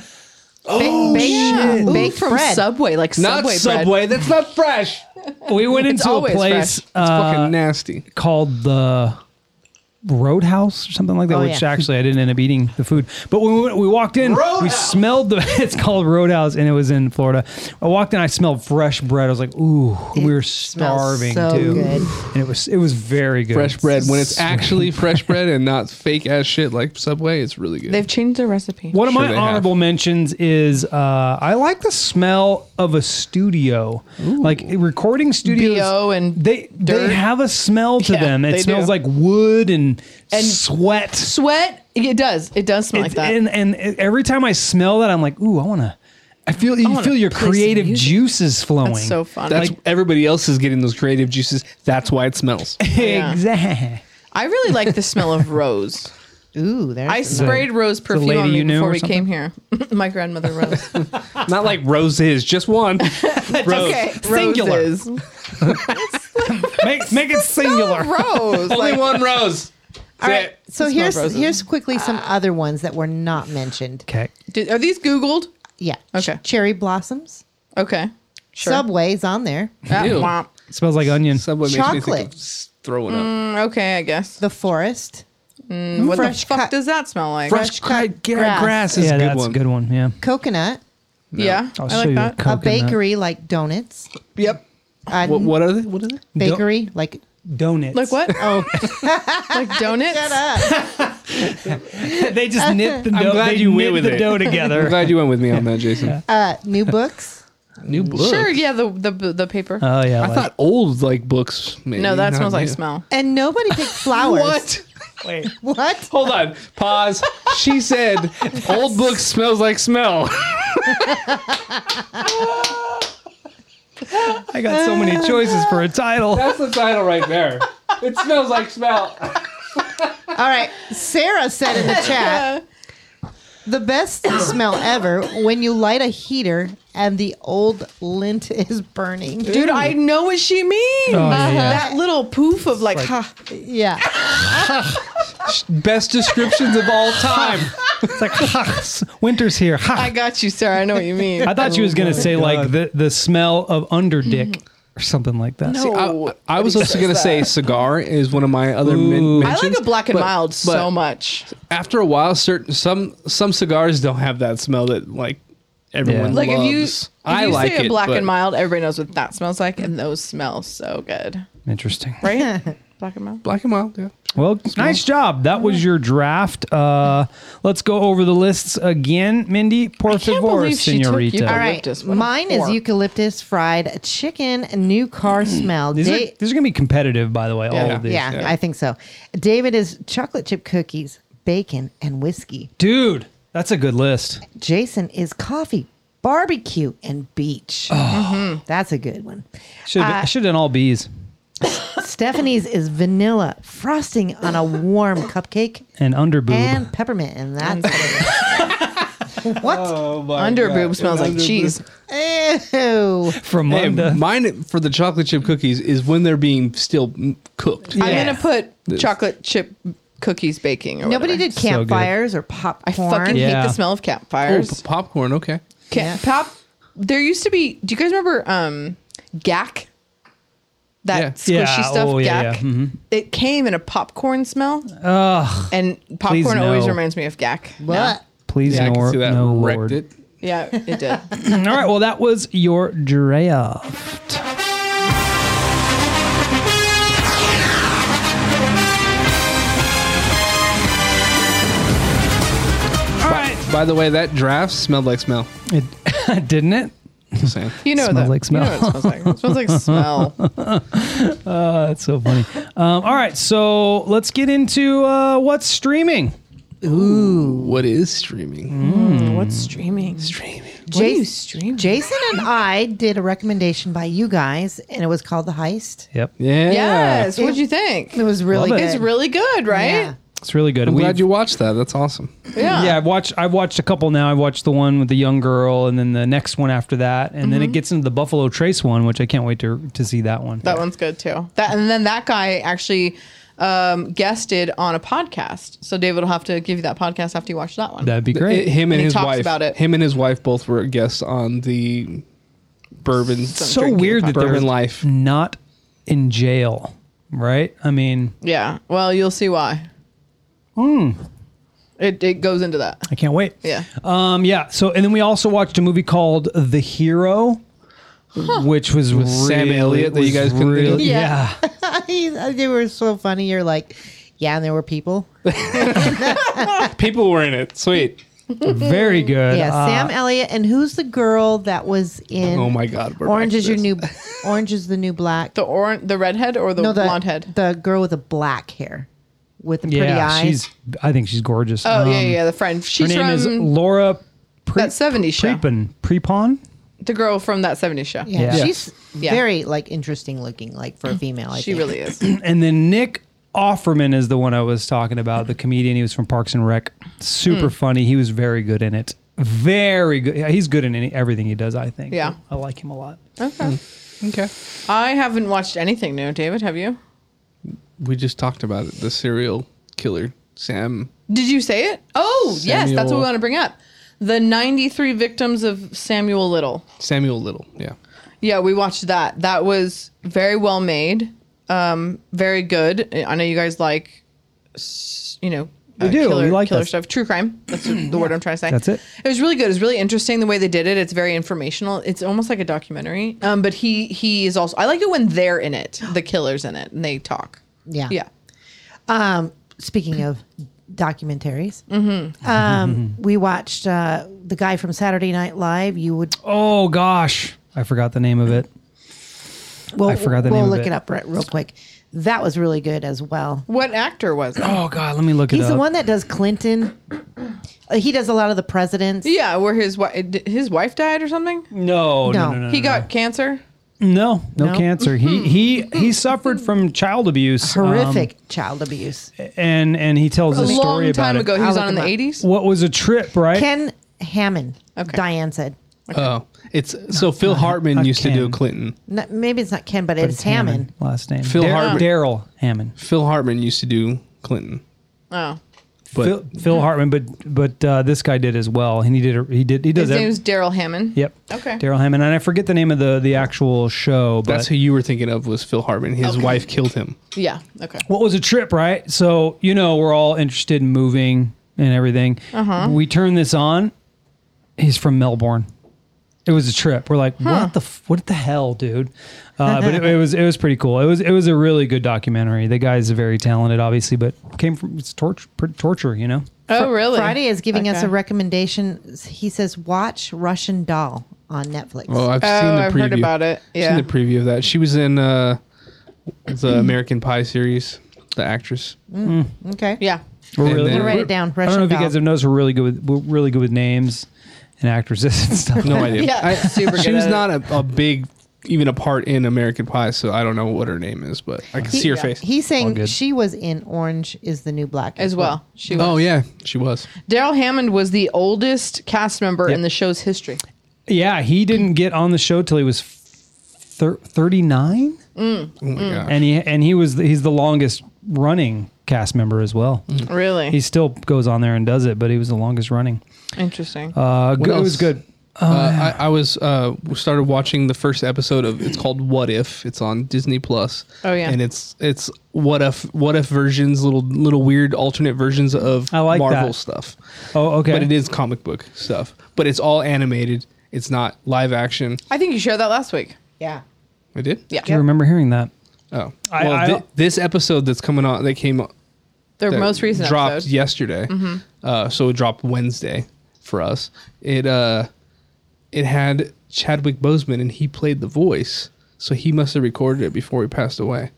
Speaker 3: Ba- baked,
Speaker 4: shit.
Speaker 3: baked
Speaker 4: Ooh,
Speaker 3: from
Speaker 4: bread.
Speaker 3: Subway, like
Speaker 2: Not
Speaker 3: Subway,
Speaker 2: Subway. That's not fresh.
Speaker 1: We went
Speaker 3: It's
Speaker 1: into a
Speaker 3: always
Speaker 1: place
Speaker 3: fresh. It's
Speaker 2: It's
Speaker 1: uh,
Speaker 2: fucking nasty.
Speaker 1: called the Roadhouse or something like that,
Speaker 4: Oh,
Speaker 1: which
Speaker 4: yeah.
Speaker 1: actually I didn't end up eating the food. But when we, went- we walked in, we smelled the. It's called Roadhouse, and it was in Florida. I walked in, I smelled fresh bread. I was like, ooh,
Speaker 4: It
Speaker 1: we were
Speaker 4: smells
Speaker 1: starving
Speaker 4: so
Speaker 1: too,
Speaker 4: good.
Speaker 1: and it was it was very good.
Speaker 2: Fresh bread. When it's actually fresh bread and not fake ass shit like Subway, it's really good.
Speaker 3: They've changed their recipe.
Speaker 1: One of
Speaker 2: Sure
Speaker 1: my
Speaker 2: they have.
Speaker 1: honorable mentions is uh, I like the smell of a studio, like recording studios.
Speaker 3: BO and
Speaker 1: they
Speaker 3: dirt.
Speaker 1: they have a smell to
Speaker 3: Yeah,
Speaker 1: them. It
Speaker 3: they
Speaker 1: smells
Speaker 3: do.
Speaker 1: like wood and,
Speaker 3: And
Speaker 1: sweat.
Speaker 3: Sweat, it does. It does smell like
Speaker 1: It's-
Speaker 3: that.
Speaker 1: And and every time I smell that, I'm like, ooh, I wanna. I feel you
Speaker 3: wanna
Speaker 1: feel your
Speaker 3: play some
Speaker 1: creative
Speaker 3: music.
Speaker 1: juices flowing.
Speaker 3: That's so fun.
Speaker 2: That's
Speaker 3: Like,
Speaker 2: everybody else is getting those creative juices. That's why it smells.
Speaker 3: Yeah.
Speaker 1: exactly.
Speaker 3: I really like the smell of rose.
Speaker 4: Ooh, there's
Speaker 3: I
Speaker 4: some-
Speaker 3: sprayed rose perfume
Speaker 1: lady
Speaker 3: on me
Speaker 1: you knew
Speaker 3: before
Speaker 1: or
Speaker 3: we
Speaker 1: something?
Speaker 3: came here. My grandmother rose.
Speaker 2: not like roses, just one. Rose.
Speaker 3: okay,
Speaker 1: Singular.
Speaker 3: roses.
Speaker 1: Make make it singular.
Speaker 3: Rose.
Speaker 2: Only
Speaker 3: like-
Speaker 2: one rose. That's
Speaker 4: All right,
Speaker 2: it.
Speaker 4: so
Speaker 3: Smell
Speaker 4: here's
Speaker 3: roses.
Speaker 4: here's quickly some other ones that were not mentioned.
Speaker 1: Okay.
Speaker 3: Did, are these Googled?
Speaker 4: Yeah.
Speaker 3: Okay.
Speaker 4: Ch- cherry blossoms.
Speaker 3: Okay. Sure.
Speaker 4: Subway's on there.
Speaker 3: Ah,
Speaker 2: Ew.
Speaker 3: womp.
Speaker 1: It smells like onion.
Speaker 2: Subway makes me think
Speaker 4: Chocolate.
Speaker 2: of s- throwing up.
Speaker 3: Mm, okay, I guess.
Speaker 4: The forest.
Speaker 3: what
Speaker 4: fresh
Speaker 3: the fuck
Speaker 4: cut-
Speaker 3: does that smell like?
Speaker 4: fresh
Speaker 2: cut
Speaker 4: cut grass.
Speaker 2: is
Speaker 1: yeah,
Speaker 2: a good
Speaker 1: that's
Speaker 2: one.
Speaker 1: a good one. Yeah.
Speaker 4: Coconut.
Speaker 3: Yeah,
Speaker 1: I'll
Speaker 3: I
Speaker 1: show
Speaker 3: like
Speaker 1: you
Speaker 3: that.
Speaker 1: a coconut.
Speaker 4: A bakery like donuts.
Speaker 2: Yep.
Speaker 4: A
Speaker 2: What, what are they? What are they?
Speaker 4: bakery like
Speaker 1: Donuts.
Speaker 3: Like what?
Speaker 4: oh
Speaker 3: like donuts?
Speaker 1: they just knit the
Speaker 2: I'm
Speaker 1: dough.
Speaker 2: glad
Speaker 1: they
Speaker 2: you went
Speaker 1: knit
Speaker 2: with
Speaker 1: the
Speaker 2: it.
Speaker 1: dough together.
Speaker 2: I'm glad you went with me on that, Jason.
Speaker 4: uh, new books.
Speaker 2: New book.
Speaker 3: Sure, yeah, the the the paper.
Speaker 1: Oh yeah.
Speaker 2: I
Speaker 1: like-
Speaker 2: thought old like books. Maybe,
Speaker 3: no, that
Speaker 2: not
Speaker 3: smells like
Speaker 2: new.
Speaker 3: smell.
Speaker 4: And nobody picked flowers.
Speaker 2: What?
Speaker 1: Wait.
Speaker 4: What?
Speaker 2: Hold on. Pause. She said, "Old book smells like smell."
Speaker 1: I got so many choices for a title.
Speaker 2: That's the title right there. It smells like smell.
Speaker 4: All right. Sarah said in the chat the best smell ever when you light a heater and the old lint is burning.
Speaker 3: Dude, I know what she means.
Speaker 1: yeah, yeah.
Speaker 3: That little poof of like, ha.
Speaker 4: Yeah.
Speaker 2: Best descriptions of all time.
Speaker 1: It's like "Ha, winter's here. Ha."
Speaker 3: I
Speaker 1: I,
Speaker 3: got you, Sarah. I know what you mean.
Speaker 1: thought she was gonna say like the the smell of underdick or something like that.
Speaker 3: Mm-hmm. No.
Speaker 2: I, I was also
Speaker 3: Nobody says
Speaker 2: gonna
Speaker 3: Oh, that.
Speaker 2: say cigar is one of my other
Speaker 1: Ooh.
Speaker 2: men-
Speaker 3: I
Speaker 2: mentions.
Speaker 3: like a black and
Speaker 2: but-
Speaker 3: mild so
Speaker 2: but
Speaker 3: much.
Speaker 2: After a while, certain some some cigars don't have that smell that like everyone
Speaker 1: Yeah.
Speaker 3: Like if you,
Speaker 2: loves.
Speaker 3: if
Speaker 2: I
Speaker 3: you
Speaker 2: like
Speaker 3: say
Speaker 2: it,
Speaker 3: a black
Speaker 2: but
Speaker 3: and mild, everybody knows what that smells like, and those smell so good,
Speaker 1: Interesting.
Speaker 3: right? black and mild.
Speaker 2: Black and mild. Yeah.
Speaker 1: Well, nice job. That was your draft. Uh, let's go over the lists again, Mindy. Por
Speaker 3: can't
Speaker 1: favor,
Speaker 3: believe she took you.
Speaker 1: señorita.
Speaker 3: All
Speaker 4: All right.
Speaker 3: Eucalyptus, what a
Speaker 4: Mine is
Speaker 3: whore.
Speaker 4: eucalyptus fried chicken, new car smell.
Speaker 1: Mm. These
Speaker 4: Da-
Speaker 1: are, these are gonna be competitive, by the way. All
Speaker 3: Yeah.
Speaker 1: of these,
Speaker 4: yeah,
Speaker 2: yeah.
Speaker 4: I think so. David is chocolate chip cookies, bacon, and whiskey.
Speaker 1: dude. That's a good list.
Speaker 4: Jason is coffee, barbecue, and beach. Mhm. That's a good one.
Speaker 1: Should
Speaker 3: Uh,
Speaker 1: have should have done all B's
Speaker 4: Stephanie's is vanilla frosting on a warm cupcake
Speaker 1: and under boob.
Speaker 4: and peppermint, and that's what it is. What?
Speaker 2: Oh my
Speaker 3: Under boob
Speaker 2: God.
Speaker 3: smells like
Speaker 2: Under
Speaker 3: cheese.
Speaker 4: Ew.
Speaker 1: from
Speaker 2: Hey,
Speaker 1: Munda.
Speaker 2: mine for the chocolate chip cookies is when they're being still mm, cooked.
Speaker 3: I'm
Speaker 4: Yeah.
Speaker 3: gonna put chocolate chip cookies baking. Or
Speaker 4: Nobody
Speaker 3: whatever.
Speaker 4: did
Speaker 1: good.
Speaker 4: campfires or
Speaker 3: I
Speaker 4: popcorn.
Speaker 3: fucking
Speaker 1: Yeah.
Speaker 3: hate the smell of
Speaker 2: Oh, p-
Speaker 3: campfires.
Speaker 2: popcorn. Okay.
Speaker 3: Ca-
Speaker 4: Yeah.
Speaker 3: Pop. There used to be. Do you guys remember um, Gak? That
Speaker 2: Yeah.
Speaker 3: squishy
Speaker 1: Yeah,
Speaker 3: stuff.
Speaker 1: oh,
Speaker 3: Gak.
Speaker 1: yeah, yeah,
Speaker 3: It came in a popcorn smell,
Speaker 1: Ugh,
Speaker 3: and popcorn
Speaker 1: no.
Speaker 3: always reminds me of Gak.
Speaker 4: What?
Speaker 3: Now.
Speaker 1: please
Speaker 2: Yeah, I
Speaker 1: no,
Speaker 2: can see that.
Speaker 1: no
Speaker 2: Wrecked
Speaker 1: Lord.
Speaker 2: it.
Speaker 3: Yeah, it did.
Speaker 1: All right, well that was your giraffe. All right,
Speaker 2: By the way, that draft smelled like smell.
Speaker 1: it, didn't it?
Speaker 2: Just saying.
Speaker 3: You know
Speaker 1: Smells
Speaker 3: that.
Speaker 1: like smell.
Speaker 3: You know what it smells like. It smells like smell.
Speaker 1: That's so funny. Um, all right, so let's get into uh, what's streaming.
Speaker 2: What is
Speaker 3: Mm-hmm.
Speaker 2: streaming?
Speaker 1: Mm.
Speaker 3: What's streaming?
Speaker 2: Streaming.
Speaker 3: What are you
Speaker 4: Jas-
Speaker 3: streaming?
Speaker 4: Jason and I did a recommendation by you guys, and it was called The Heist.
Speaker 1: Yep,
Speaker 2: Yeah.
Speaker 3: Yes. What'd you think?
Speaker 4: It was really
Speaker 1: Love it.
Speaker 4: good.
Speaker 3: It's really good, right?
Speaker 4: Yeah.
Speaker 1: it's really good.
Speaker 2: I'm
Speaker 1: And we've-
Speaker 2: glad you watched that. That's awesome.
Speaker 3: Yeah.
Speaker 1: yeah, I've watched I've watched a couple now. I've watched the one with the young girl, and then the next one after that, and then it gets into the Buffalo Trace one, which I can't wait to to see that one.
Speaker 3: That one's good too. That and then that guy actually um, guested on a podcast. So David will have to give you that podcast after you watch that one.
Speaker 1: That'd be
Speaker 2: It-
Speaker 1: great.
Speaker 2: him and,
Speaker 3: And he
Speaker 2: his
Speaker 3: talks
Speaker 2: wife.
Speaker 3: about it.
Speaker 2: Him and his wife both were guests on the bourbon.
Speaker 1: it's so weird that
Speaker 2: Bourbon
Speaker 1: they're
Speaker 2: Life.
Speaker 1: not in jail, right? I mean,
Speaker 3: yeah. Well, you'll see why.
Speaker 1: Hmm.
Speaker 3: It it goes into that.
Speaker 1: I can't wait.
Speaker 3: Yeah.
Speaker 1: Um. Yeah. So, and then we also watched a movie called The Hero, which was
Speaker 2: With
Speaker 1: really,
Speaker 2: Sam Elliott that you
Speaker 1: was
Speaker 2: guys couldn't think of?
Speaker 1: really,
Speaker 4: Yeah.
Speaker 1: yeah.
Speaker 4: they were so funny. You're like, yeah, and there were people.
Speaker 2: People were in it. Sweet.
Speaker 1: very good.
Speaker 4: Yeah,
Speaker 1: Uh,
Speaker 4: Sam Elliott, and who's the girl that was in?
Speaker 2: Oh my God, we're
Speaker 4: Orange
Speaker 2: back to
Speaker 4: is your
Speaker 2: this.
Speaker 4: new, Orange is the new black.
Speaker 3: The orange, the redhead, or the,
Speaker 4: no, the
Speaker 3: blonde head.
Speaker 4: the girl with the black hair, with the pretty
Speaker 1: yeah,
Speaker 4: eyes.
Speaker 1: she's. I think she's gorgeous.
Speaker 3: Oh yeah,
Speaker 1: Um,
Speaker 3: yeah, the friend.
Speaker 1: Her
Speaker 3: She's
Speaker 1: name
Speaker 3: from
Speaker 1: is Laura. Pre-
Speaker 3: that '70s show.
Speaker 1: Prepon. Prepon.
Speaker 3: The girl from that '70s show.
Speaker 4: yeah,
Speaker 1: Yeah.
Speaker 4: she's
Speaker 3: Yeah. Mm-hmm.
Speaker 4: very like interesting looking, like for a female. I
Speaker 3: She
Speaker 4: think.
Speaker 3: really is.
Speaker 1: And then Nick Offerman is the one I was talking about, the comedian. He was from Parks and Rec.
Speaker 3: Hmm.
Speaker 1: Super funny. He was very good in it. Very good. Yeah, He's good in any, everything he does, I think.
Speaker 3: Yeah.
Speaker 1: I like him a lot.
Speaker 2: Okay.
Speaker 3: I haven't watched anything new, David. Have you?
Speaker 2: We just talked about it. The serial killer, Sam.
Speaker 3: Did you say it? Oh, yes, that's what
Speaker 2: Samuel-
Speaker 3: we want to bring up. The 93 victims of Samuel Little.
Speaker 2: Samuel Little. Yeah.
Speaker 3: Yeah, we watched that. That was very well made. Um, very good. I know you guys like, s- you know, we
Speaker 1: do.
Speaker 3: Killer,
Speaker 1: We like
Speaker 3: killer
Speaker 1: this.
Speaker 3: stuff. True crime. That's the the word I'm trying to say.
Speaker 1: That's it.
Speaker 3: It was really good. It was really interesting the way they did it. It's very informational. It's almost like a documentary. Um, but he he is also. I like it when they're in it. The killer's in it, and they talk.
Speaker 4: Yeah.
Speaker 3: Yeah.
Speaker 4: Um, speaking of documentaries,
Speaker 3: Mm-hmm.
Speaker 4: um,
Speaker 1: Mm-hmm.
Speaker 4: we watched uh, the guy from Saturday Night Live. You would
Speaker 1: Oh, gosh. I forgot the name of it.
Speaker 4: We'll,
Speaker 1: I forgot the
Speaker 4: we'll
Speaker 1: name of
Speaker 4: look
Speaker 1: it.
Speaker 4: up right, real quick. That was really good as well.
Speaker 3: What actor was it?
Speaker 1: Oh, God. Let me look it
Speaker 4: He's
Speaker 1: up.
Speaker 4: the one that does Clinton. Uh, He does a lot of the presidents.
Speaker 3: Yeah, where his wife his wife died or something.
Speaker 1: No, no,
Speaker 4: No.
Speaker 1: no, no.
Speaker 3: He
Speaker 1: no.
Speaker 3: got cancer.
Speaker 1: no, no,
Speaker 4: No.
Speaker 1: cancer.
Speaker 3: Hmm.
Speaker 1: He he he suffered from child abuse. um,
Speaker 4: Horrific child abuse.
Speaker 1: and and he tells
Speaker 3: A
Speaker 1: a story
Speaker 3: long time
Speaker 1: about
Speaker 3: ago,
Speaker 1: it.
Speaker 3: he was
Speaker 4: I'll
Speaker 3: on
Speaker 4: look
Speaker 3: in the
Speaker 4: him up.
Speaker 3: eighties.
Speaker 1: What was a trip, right?
Speaker 4: Ken Hammond.
Speaker 3: Okay.
Speaker 4: Diane said.
Speaker 2: Oh, it's so Phil Hartman
Speaker 1: not
Speaker 2: used to do
Speaker 1: Ken.
Speaker 2: Clinton.
Speaker 4: No, maybe it's not Ken, but, it's,
Speaker 1: It's
Speaker 4: Hammond.
Speaker 1: Last name.
Speaker 2: Phil Hartman.
Speaker 1: Daryl Hammond.
Speaker 2: Phil Hartman used to do Clinton.
Speaker 3: Oh,
Speaker 2: But
Speaker 1: Phil, Phil Hartman, but but uh, this guy did as well, and he did he did he does
Speaker 3: his
Speaker 1: that.
Speaker 3: name's Daryl Hammond.
Speaker 1: Yep.
Speaker 3: Okay.
Speaker 1: Daryl Hammond, and I forget the name of the the actual show, but
Speaker 2: that's who you were thinking of was Phil Hartman. His
Speaker 3: Okay.
Speaker 2: wife killed him.
Speaker 3: Yeah. Okay.
Speaker 1: what was a trip, right? So you know we're all interested in moving and everything. Uh-huh. We turn this on. He's from Melbourne. It was a trip. We're like, what the f- what the hell, dude? Uh, but it, it was it was pretty cool. It was it was a really good documentary. The guy's very talented, obviously, but came from it's torture torture, you know.
Speaker 3: Oh, really?
Speaker 4: Friday is giving us
Speaker 3: Okay.
Speaker 4: a recommendation. He says, watch Russian Doll on Netflix.
Speaker 2: Oh, I've
Speaker 3: Oh,
Speaker 2: seen the preview.
Speaker 3: I've heard about it.
Speaker 2: I've
Speaker 3: Yeah.
Speaker 2: Seen the preview of that. She was in uh, the American Pie series. The actress.
Speaker 4: okay.
Speaker 3: Yeah.
Speaker 1: We're
Speaker 2: And
Speaker 1: really,
Speaker 2: then- We'll
Speaker 4: write it down.
Speaker 1: I don't know if you
Speaker 4: Russian
Speaker 1: guys have noticed. We're really good with we're really good with names and actors and stuff.
Speaker 2: No idea.
Speaker 3: Yeah,
Speaker 2: I,
Speaker 3: super
Speaker 2: she
Speaker 3: good
Speaker 2: was
Speaker 3: at it.
Speaker 2: not a, a big even a part in American Pie, so I don't know what her name is, but I can see her
Speaker 3: yeah.
Speaker 2: face.
Speaker 4: He's
Speaker 1: All
Speaker 4: saying
Speaker 1: good.
Speaker 4: she was in Orange is the New Black
Speaker 3: as well. She was.
Speaker 2: oh yeah, she was.
Speaker 3: Daryl Hammond was the oldest cast member in the show's history.
Speaker 1: Yeah, he didn't get on the show till he was thir- 39
Speaker 2: Oh
Speaker 3: Mm.
Speaker 2: my god.
Speaker 1: and he and he was he's the longest running cast member as well.
Speaker 2: Mm-hmm.
Speaker 3: Really
Speaker 1: He still goes on there and does it, but he was the longest running.
Speaker 3: interesting.
Speaker 1: Uh, good, it was
Speaker 2: else?
Speaker 1: good.
Speaker 2: Uh, I, I was uh, started watching the first episode of it's called What If. It's on Disney Plus.
Speaker 3: Oh, yeah.
Speaker 2: and it's it's what if what if versions, little little weird alternate versions of
Speaker 1: I like
Speaker 2: Marvel
Speaker 1: that.
Speaker 2: stuff.
Speaker 1: Oh, okay.
Speaker 2: But it is comic book stuff. But it's all animated. It's not live action.
Speaker 3: I think you shared that last week.
Speaker 4: Yeah.
Speaker 2: I did.
Speaker 3: Yeah,
Speaker 1: Do you remember hearing that?
Speaker 2: Oh,
Speaker 1: I-
Speaker 2: well,
Speaker 1: I-
Speaker 2: thi- this episode that's coming on that came
Speaker 3: their
Speaker 2: that
Speaker 3: most recent Mm-hmm.
Speaker 2: dropped
Speaker 3: episode.
Speaker 2: yesterday. Uh, so it dropped Wednesday for us. It uh, it had Chadwick Boseman and he played the voice, so he must have recorded it before he passed away.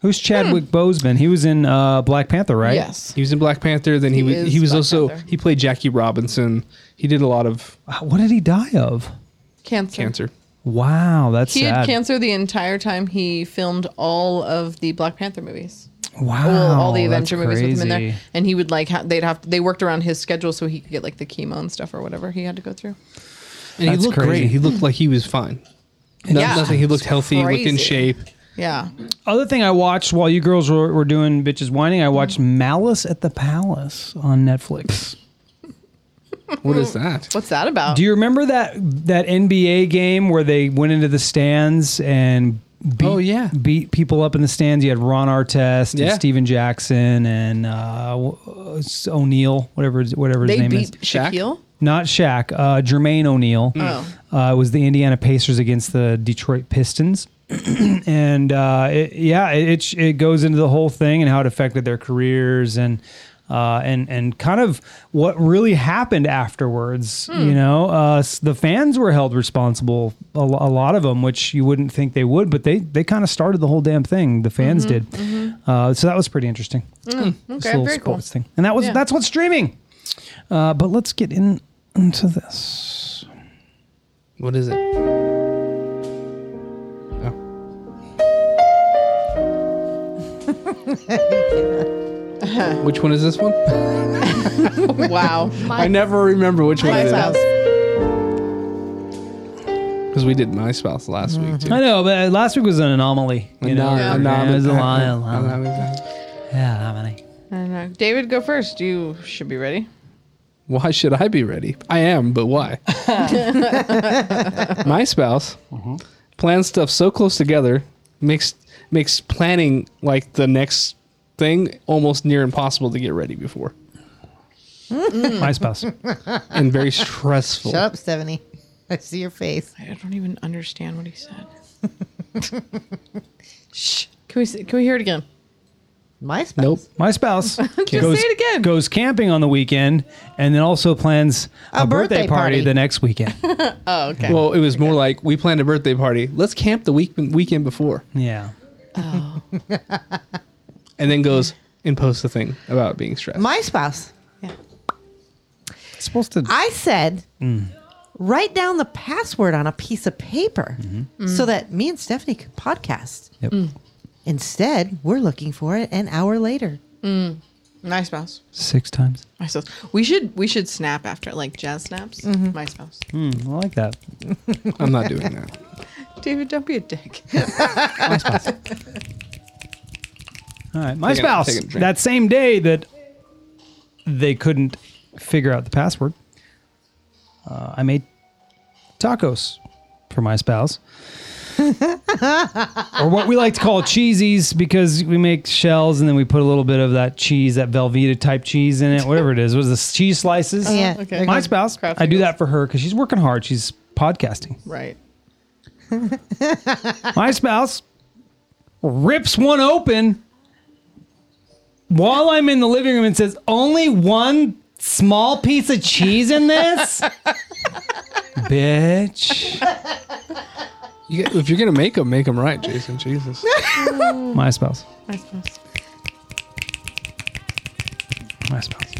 Speaker 1: Who's Chadwick Boseman? He was in uh, Black Panther, right?
Speaker 3: Hmm. Yes,
Speaker 2: He was in Black Panther. Then he,
Speaker 3: He
Speaker 2: was
Speaker 3: is
Speaker 2: he was
Speaker 3: Black
Speaker 2: also
Speaker 3: Panther.
Speaker 2: he played Jackie Robinson. He did a lot of
Speaker 1: Wow, What did he die of?
Speaker 3: cancer.
Speaker 2: cancer.
Speaker 1: Wow, that's
Speaker 3: He
Speaker 1: sad.
Speaker 3: had cancer the entire time he filmed all of the Black Panther movies.
Speaker 1: Wow,
Speaker 3: Well, all the
Speaker 1: that's
Speaker 3: Avenger movies with him in
Speaker 1: crazy.
Speaker 3: there, and he would like ha- they'd have they worked around his schedule so he could get like the chemo and stuff or whatever he had to go through.
Speaker 2: And
Speaker 1: That's
Speaker 2: he looked
Speaker 1: crazy.
Speaker 2: great. He looked like he was fine. No-
Speaker 3: Yeah.
Speaker 2: Nothing. He looked healthy. He looked in
Speaker 3: Crazy.
Speaker 2: shape.
Speaker 3: Yeah,
Speaker 1: Other thing I watched while you girls were, were doing bitches whining, I watched Malice at the Palace on Netflix.
Speaker 2: What is that?
Speaker 3: what's that about?
Speaker 1: Do you remember that that NBA game where they went into the stands and beat,
Speaker 2: Oh, yeah.
Speaker 1: beat people up in the stands? You had Ron Artest
Speaker 2: Yeah.
Speaker 1: and Steven Jackson and uh, w- uh, s- O'Neal, whatever his- whatever his
Speaker 3: they
Speaker 1: name
Speaker 3: beat
Speaker 1: is.
Speaker 2: Shaq?
Speaker 3: Shaquille.
Speaker 1: Not Shaq, uh, Jermaine O'Neal.
Speaker 3: Oh.
Speaker 1: Uh, it was the Indiana Pacers against the Detroit Pistons. and uh, it, yeah, it, it it goes into the whole thing and how it affected their careers and uh, and and kind of what really happened afterwards.
Speaker 3: Hmm.
Speaker 1: You know, uh, s- the fans were held responsible a, lo- a lot of them, which you wouldn't think they would, but they they kind of started the whole damn thing. The fans did, Uh, so that was pretty interesting. Hmm. This
Speaker 3: Mm-hmm, Mm, Okay,
Speaker 1: little
Speaker 3: very cool.
Speaker 1: sports thing, and that was
Speaker 3: Yeah.
Speaker 1: that's what's streaming. Uh, but let's get in into this.
Speaker 2: What is it? Oh. which one is this one?
Speaker 3: Wow,
Speaker 2: I never remember which one
Speaker 3: my
Speaker 2: it
Speaker 3: spouse.
Speaker 2: is. Because we did My Spouse last week, too.
Speaker 1: I know, but uh, last week was an anomaly. You know,
Speaker 2: Anom-
Speaker 1: Yeah, it was a
Speaker 2: anom-
Speaker 1: lot- a lot-
Speaker 2: anom-
Speaker 1: Yeah, anomaly.
Speaker 3: I don't know. David, go first. You should be ready.
Speaker 2: Why should I be ready? I am, but why? My spouse plans stuff so close together, makes makes planning like the next thing almost near impossible to get ready before,
Speaker 1: My spouse.
Speaker 2: and very stressful.
Speaker 4: Shut up, Stephanie. I see your face.
Speaker 3: I don't even understand what he said. Shh. Can we s- can we hear it again?
Speaker 4: My spouse.
Speaker 2: Nope.
Speaker 1: My spouse goes,
Speaker 3: say it again.
Speaker 1: goes camping on the weekend and then also plans a, birthday,
Speaker 4: birthday
Speaker 1: party,
Speaker 4: party.
Speaker 1: the next weekend.
Speaker 3: Oh, okay.
Speaker 2: Well, it was more like we planned a birthday party. Let's camp the week weekend before,
Speaker 1: yeah.
Speaker 2: and then goes and posts the thing about being stressed.
Speaker 4: My spouse.
Speaker 1: It's supposed to.
Speaker 4: I said,
Speaker 1: Mm.
Speaker 4: write down the password on a piece of paper
Speaker 1: Mm-hmm.
Speaker 3: Mm.
Speaker 4: so that me and Stephanie could podcast.
Speaker 1: Yep.
Speaker 4: Instead, we're looking for it an hour later.
Speaker 3: my spouse.
Speaker 1: Six times.
Speaker 3: My spouse. We should we should snap after it, like jazz snaps.
Speaker 1: Mm-hmm.
Speaker 3: My spouse.
Speaker 1: I like that.
Speaker 2: I'm not doing that.
Speaker 3: David, don't be a dick.
Speaker 1: All right. My
Speaker 2: Take it-
Speaker 1: spouse,
Speaker 2: take it, drink.
Speaker 1: that same day that they couldn't figure out the password, uh, I made tacos for my spouse. or what we like to call cheesies because we make shells and then we put a little bit of that cheese, that Velveeta type cheese in it, whatever it is. Was this cheese slices?
Speaker 4: Yeah.
Speaker 3: Oh, okay.
Speaker 1: My spouse,
Speaker 3: Kraft
Speaker 1: I do
Speaker 3: Singles.
Speaker 1: that for her because she's working hard. She's podcasting.
Speaker 3: Right.
Speaker 1: My spouse rips one open while I'm in the living room and says, Only one small piece of cheese in this? Bitch.
Speaker 2: You get- if you're gonna make them, make them right, Jason. Jesus.
Speaker 1: My spouse.
Speaker 3: My spouse.
Speaker 1: My spouse.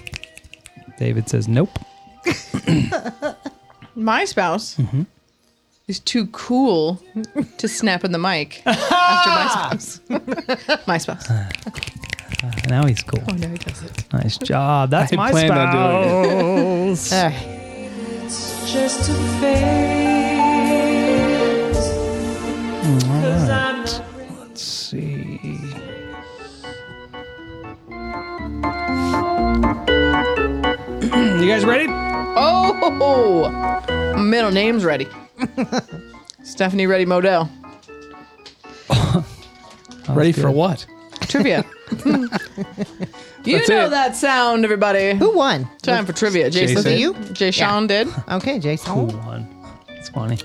Speaker 1: David says, Nope.
Speaker 3: My spouse is too cool to snap in the mic after my spouse. my spouse. Oh,
Speaker 1: Now he's cool.
Speaker 3: no, he does it.
Speaker 1: Nice job. That's
Speaker 2: I
Speaker 1: my
Speaker 2: planned on
Speaker 1: spouse.
Speaker 2: doing it.
Speaker 4: Ugh.
Speaker 6: just a phase. Cause I'm not
Speaker 1: Let's see. you guys ready?
Speaker 3: Oh, ho, ho. My Oh! middle name's ready. Stephanie Ready Modell.
Speaker 2: Ready for what?
Speaker 3: Trivia. you
Speaker 2: That's
Speaker 3: know
Speaker 2: it.
Speaker 3: that sound, everybody.
Speaker 4: Who won?
Speaker 3: Time for trivia.
Speaker 2: Jason.
Speaker 3: Jason,
Speaker 4: Was it you?
Speaker 3: Jay Sean did.
Speaker 4: Okay, Jason.
Speaker 1: One. It's funny.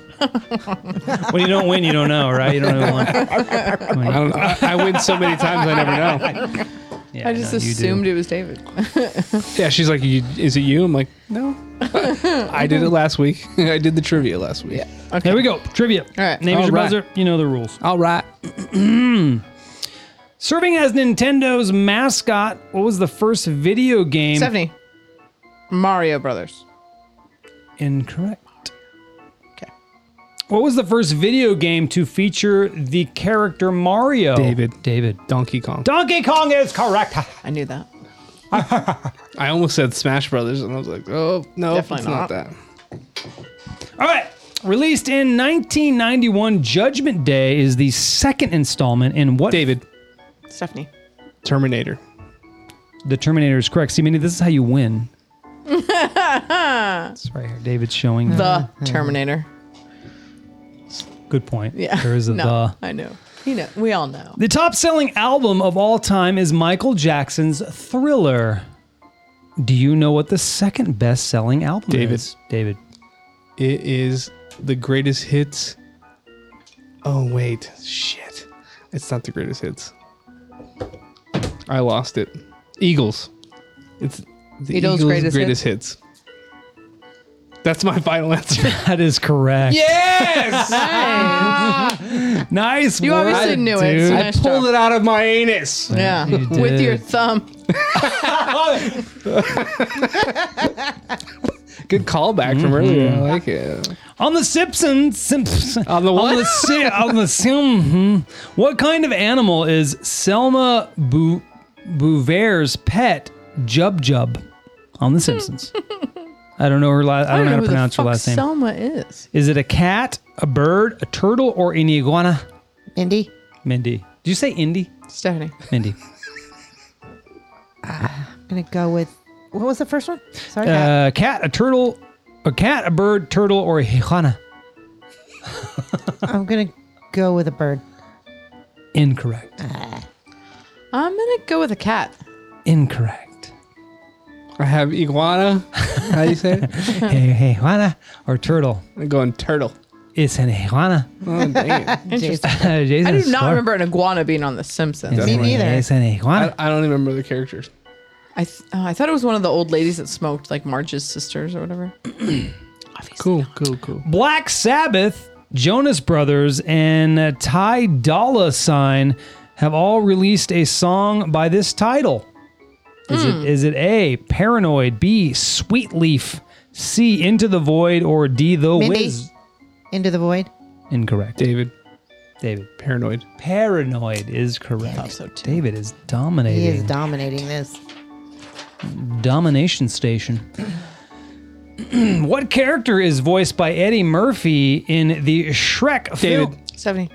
Speaker 1: when you don't win, you don't know, right? You don't know who won.
Speaker 2: I don't know. I, I win so many times I never know.
Speaker 1: Yeah,
Speaker 3: I just
Speaker 1: no, you do.
Speaker 3: assumed it was David.
Speaker 2: Yeah, she's like, you, "Is it you?" I'm like, "No, I did it last week. I did the trivia last week."
Speaker 1: There we go. Trivia. All
Speaker 3: right.
Speaker 1: Name is
Speaker 2: All
Speaker 1: your
Speaker 2: right.
Speaker 1: buzzer. You know the rules.
Speaker 2: All right.
Speaker 1: Serving as Nintendo's mascot, what was the first video game?
Speaker 3: Stephanie. Mario Brothers.
Speaker 1: Incorrect.
Speaker 3: Okay.
Speaker 1: What was the first video game to feature the character Mario?
Speaker 2: David.
Speaker 1: David.
Speaker 2: Donkey Kong.
Speaker 1: Donkey Kong is correct.
Speaker 3: I knew that.
Speaker 2: I almost said Smash Brothers, and I was like, "Oh no,
Speaker 3: Definitely
Speaker 2: it's not,
Speaker 3: not.
Speaker 2: that."
Speaker 1: All right. Released in 1991, Judgment Day is the second installment in what?
Speaker 2: David,
Speaker 3: Stephanie.
Speaker 2: Terminator.
Speaker 1: The Terminator is correct. See, Minnie, this is how you win. it's right here. David's showing.
Speaker 3: The Terminator.
Speaker 1: Good point.
Speaker 3: Yeah.
Speaker 1: There is a
Speaker 3: no,
Speaker 1: the.
Speaker 3: I know. You know, we all know.
Speaker 1: The top selling album of all time is Michael Jackson's Thriller. Do you know what the second best selling album
Speaker 2: David.
Speaker 1: is? David.
Speaker 2: It is the greatest hits. Oh wait, shit! It's not the greatest hits. I lost it. Eagles. It's the
Speaker 3: Beatles'
Speaker 2: Eagles'
Speaker 3: greatest
Speaker 2: greatest, hits. That's my final answer.
Speaker 1: That is correct.
Speaker 2: yes,
Speaker 1: Nice.
Speaker 3: You
Speaker 1: work,
Speaker 3: obviously knew it,
Speaker 1: dude.
Speaker 3: so
Speaker 2: I
Speaker 3: Nice job.
Speaker 2: pulled it out of my anus.
Speaker 3: Yeah.
Speaker 1: You
Speaker 3: With
Speaker 1: did.
Speaker 3: your thumb.
Speaker 2: Good callback from earlier. I like it.
Speaker 1: On the Simpsons, Simpsons.
Speaker 2: On the
Speaker 1: On
Speaker 2: what?
Speaker 1: the, si- on the Sim. mhm. What kind of animal is Selma Bou- Bouvier's pet, Jub Jub, on The Simpsons? I don't know her. La- I, don't know how to
Speaker 3: who the
Speaker 1: pronounce her
Speaker 3: fuck
Speaker 1: last name.
Speaker 3: Selma is.
Speaker 1: Is it a cat, a bird, a turtle, or an iguana?
Speaker 4: Mindy.
Speaker 1: Mindy. Did you say Indy?
Speaker 3: Stephanie.
Speaker 1: Mindy.
Speaker 4: I'm gonna go with what was the first one? Sorry. Kat.
Speaker 1: Uh, cat, a turtle, a cat, a bird, turtle, or iguana? Uh,
Speaker 4: I'm gonna go with a bird.
Speaker 1: Incorrect.
Speaker 3: Mm. I'm gonna go with a cat.
Speaker 1: Incorrect.
Speaker 2: I have iguana. How do you say it?
Speaker 1: Hey, iguana or turtle?
Speaker 2: I'm going turtle.
Speaker 1: It's an iguana.
Speaker 2: Oh, dang it.
Speaker 4: Jason.
Speaker 1: Jason
Speaker 3: I do not remember an iguana being on The Simpsons.
Speaker 4: Me neither.
Speaker 1: It's an
Speaker 2: I,
Speaker 1: iguana.
Speaker 2: I don't even remember the characters.
Speaker 3: I th- oh, I thought it was one of the old ladies that smoked, like Marge's sisters or whatever.
Speaker 2: Cool, cool, cool.
Speaker 1: Black Sabbath, Jonas Brothers, and uh, Ty Dolla Sign have all released a song by this title. Is it is it A, Paranoid, B, Sweet Leaf, C, Into the Void, or D, The
Speaker 4: Mindy.
Speaker 1: Wiz?
Speaker 4: Into the void.
Speaker 1: Incorrect.
Speaker 2: David,
Speaker 1: David.
Speaker 2: paranoid.
Speaker 1: Paranoid is correct.
Speaker 3: so too.
Speaker 1: David is
Speaker 4: He
Speaker 1: dominating.
Speaker 4: is dominating this.
Speaker 1: Domination Station. what character is voiced by Eddie Murphy in the Shrek film?
Speaker 2: David,
Speaker 3: Stephanie.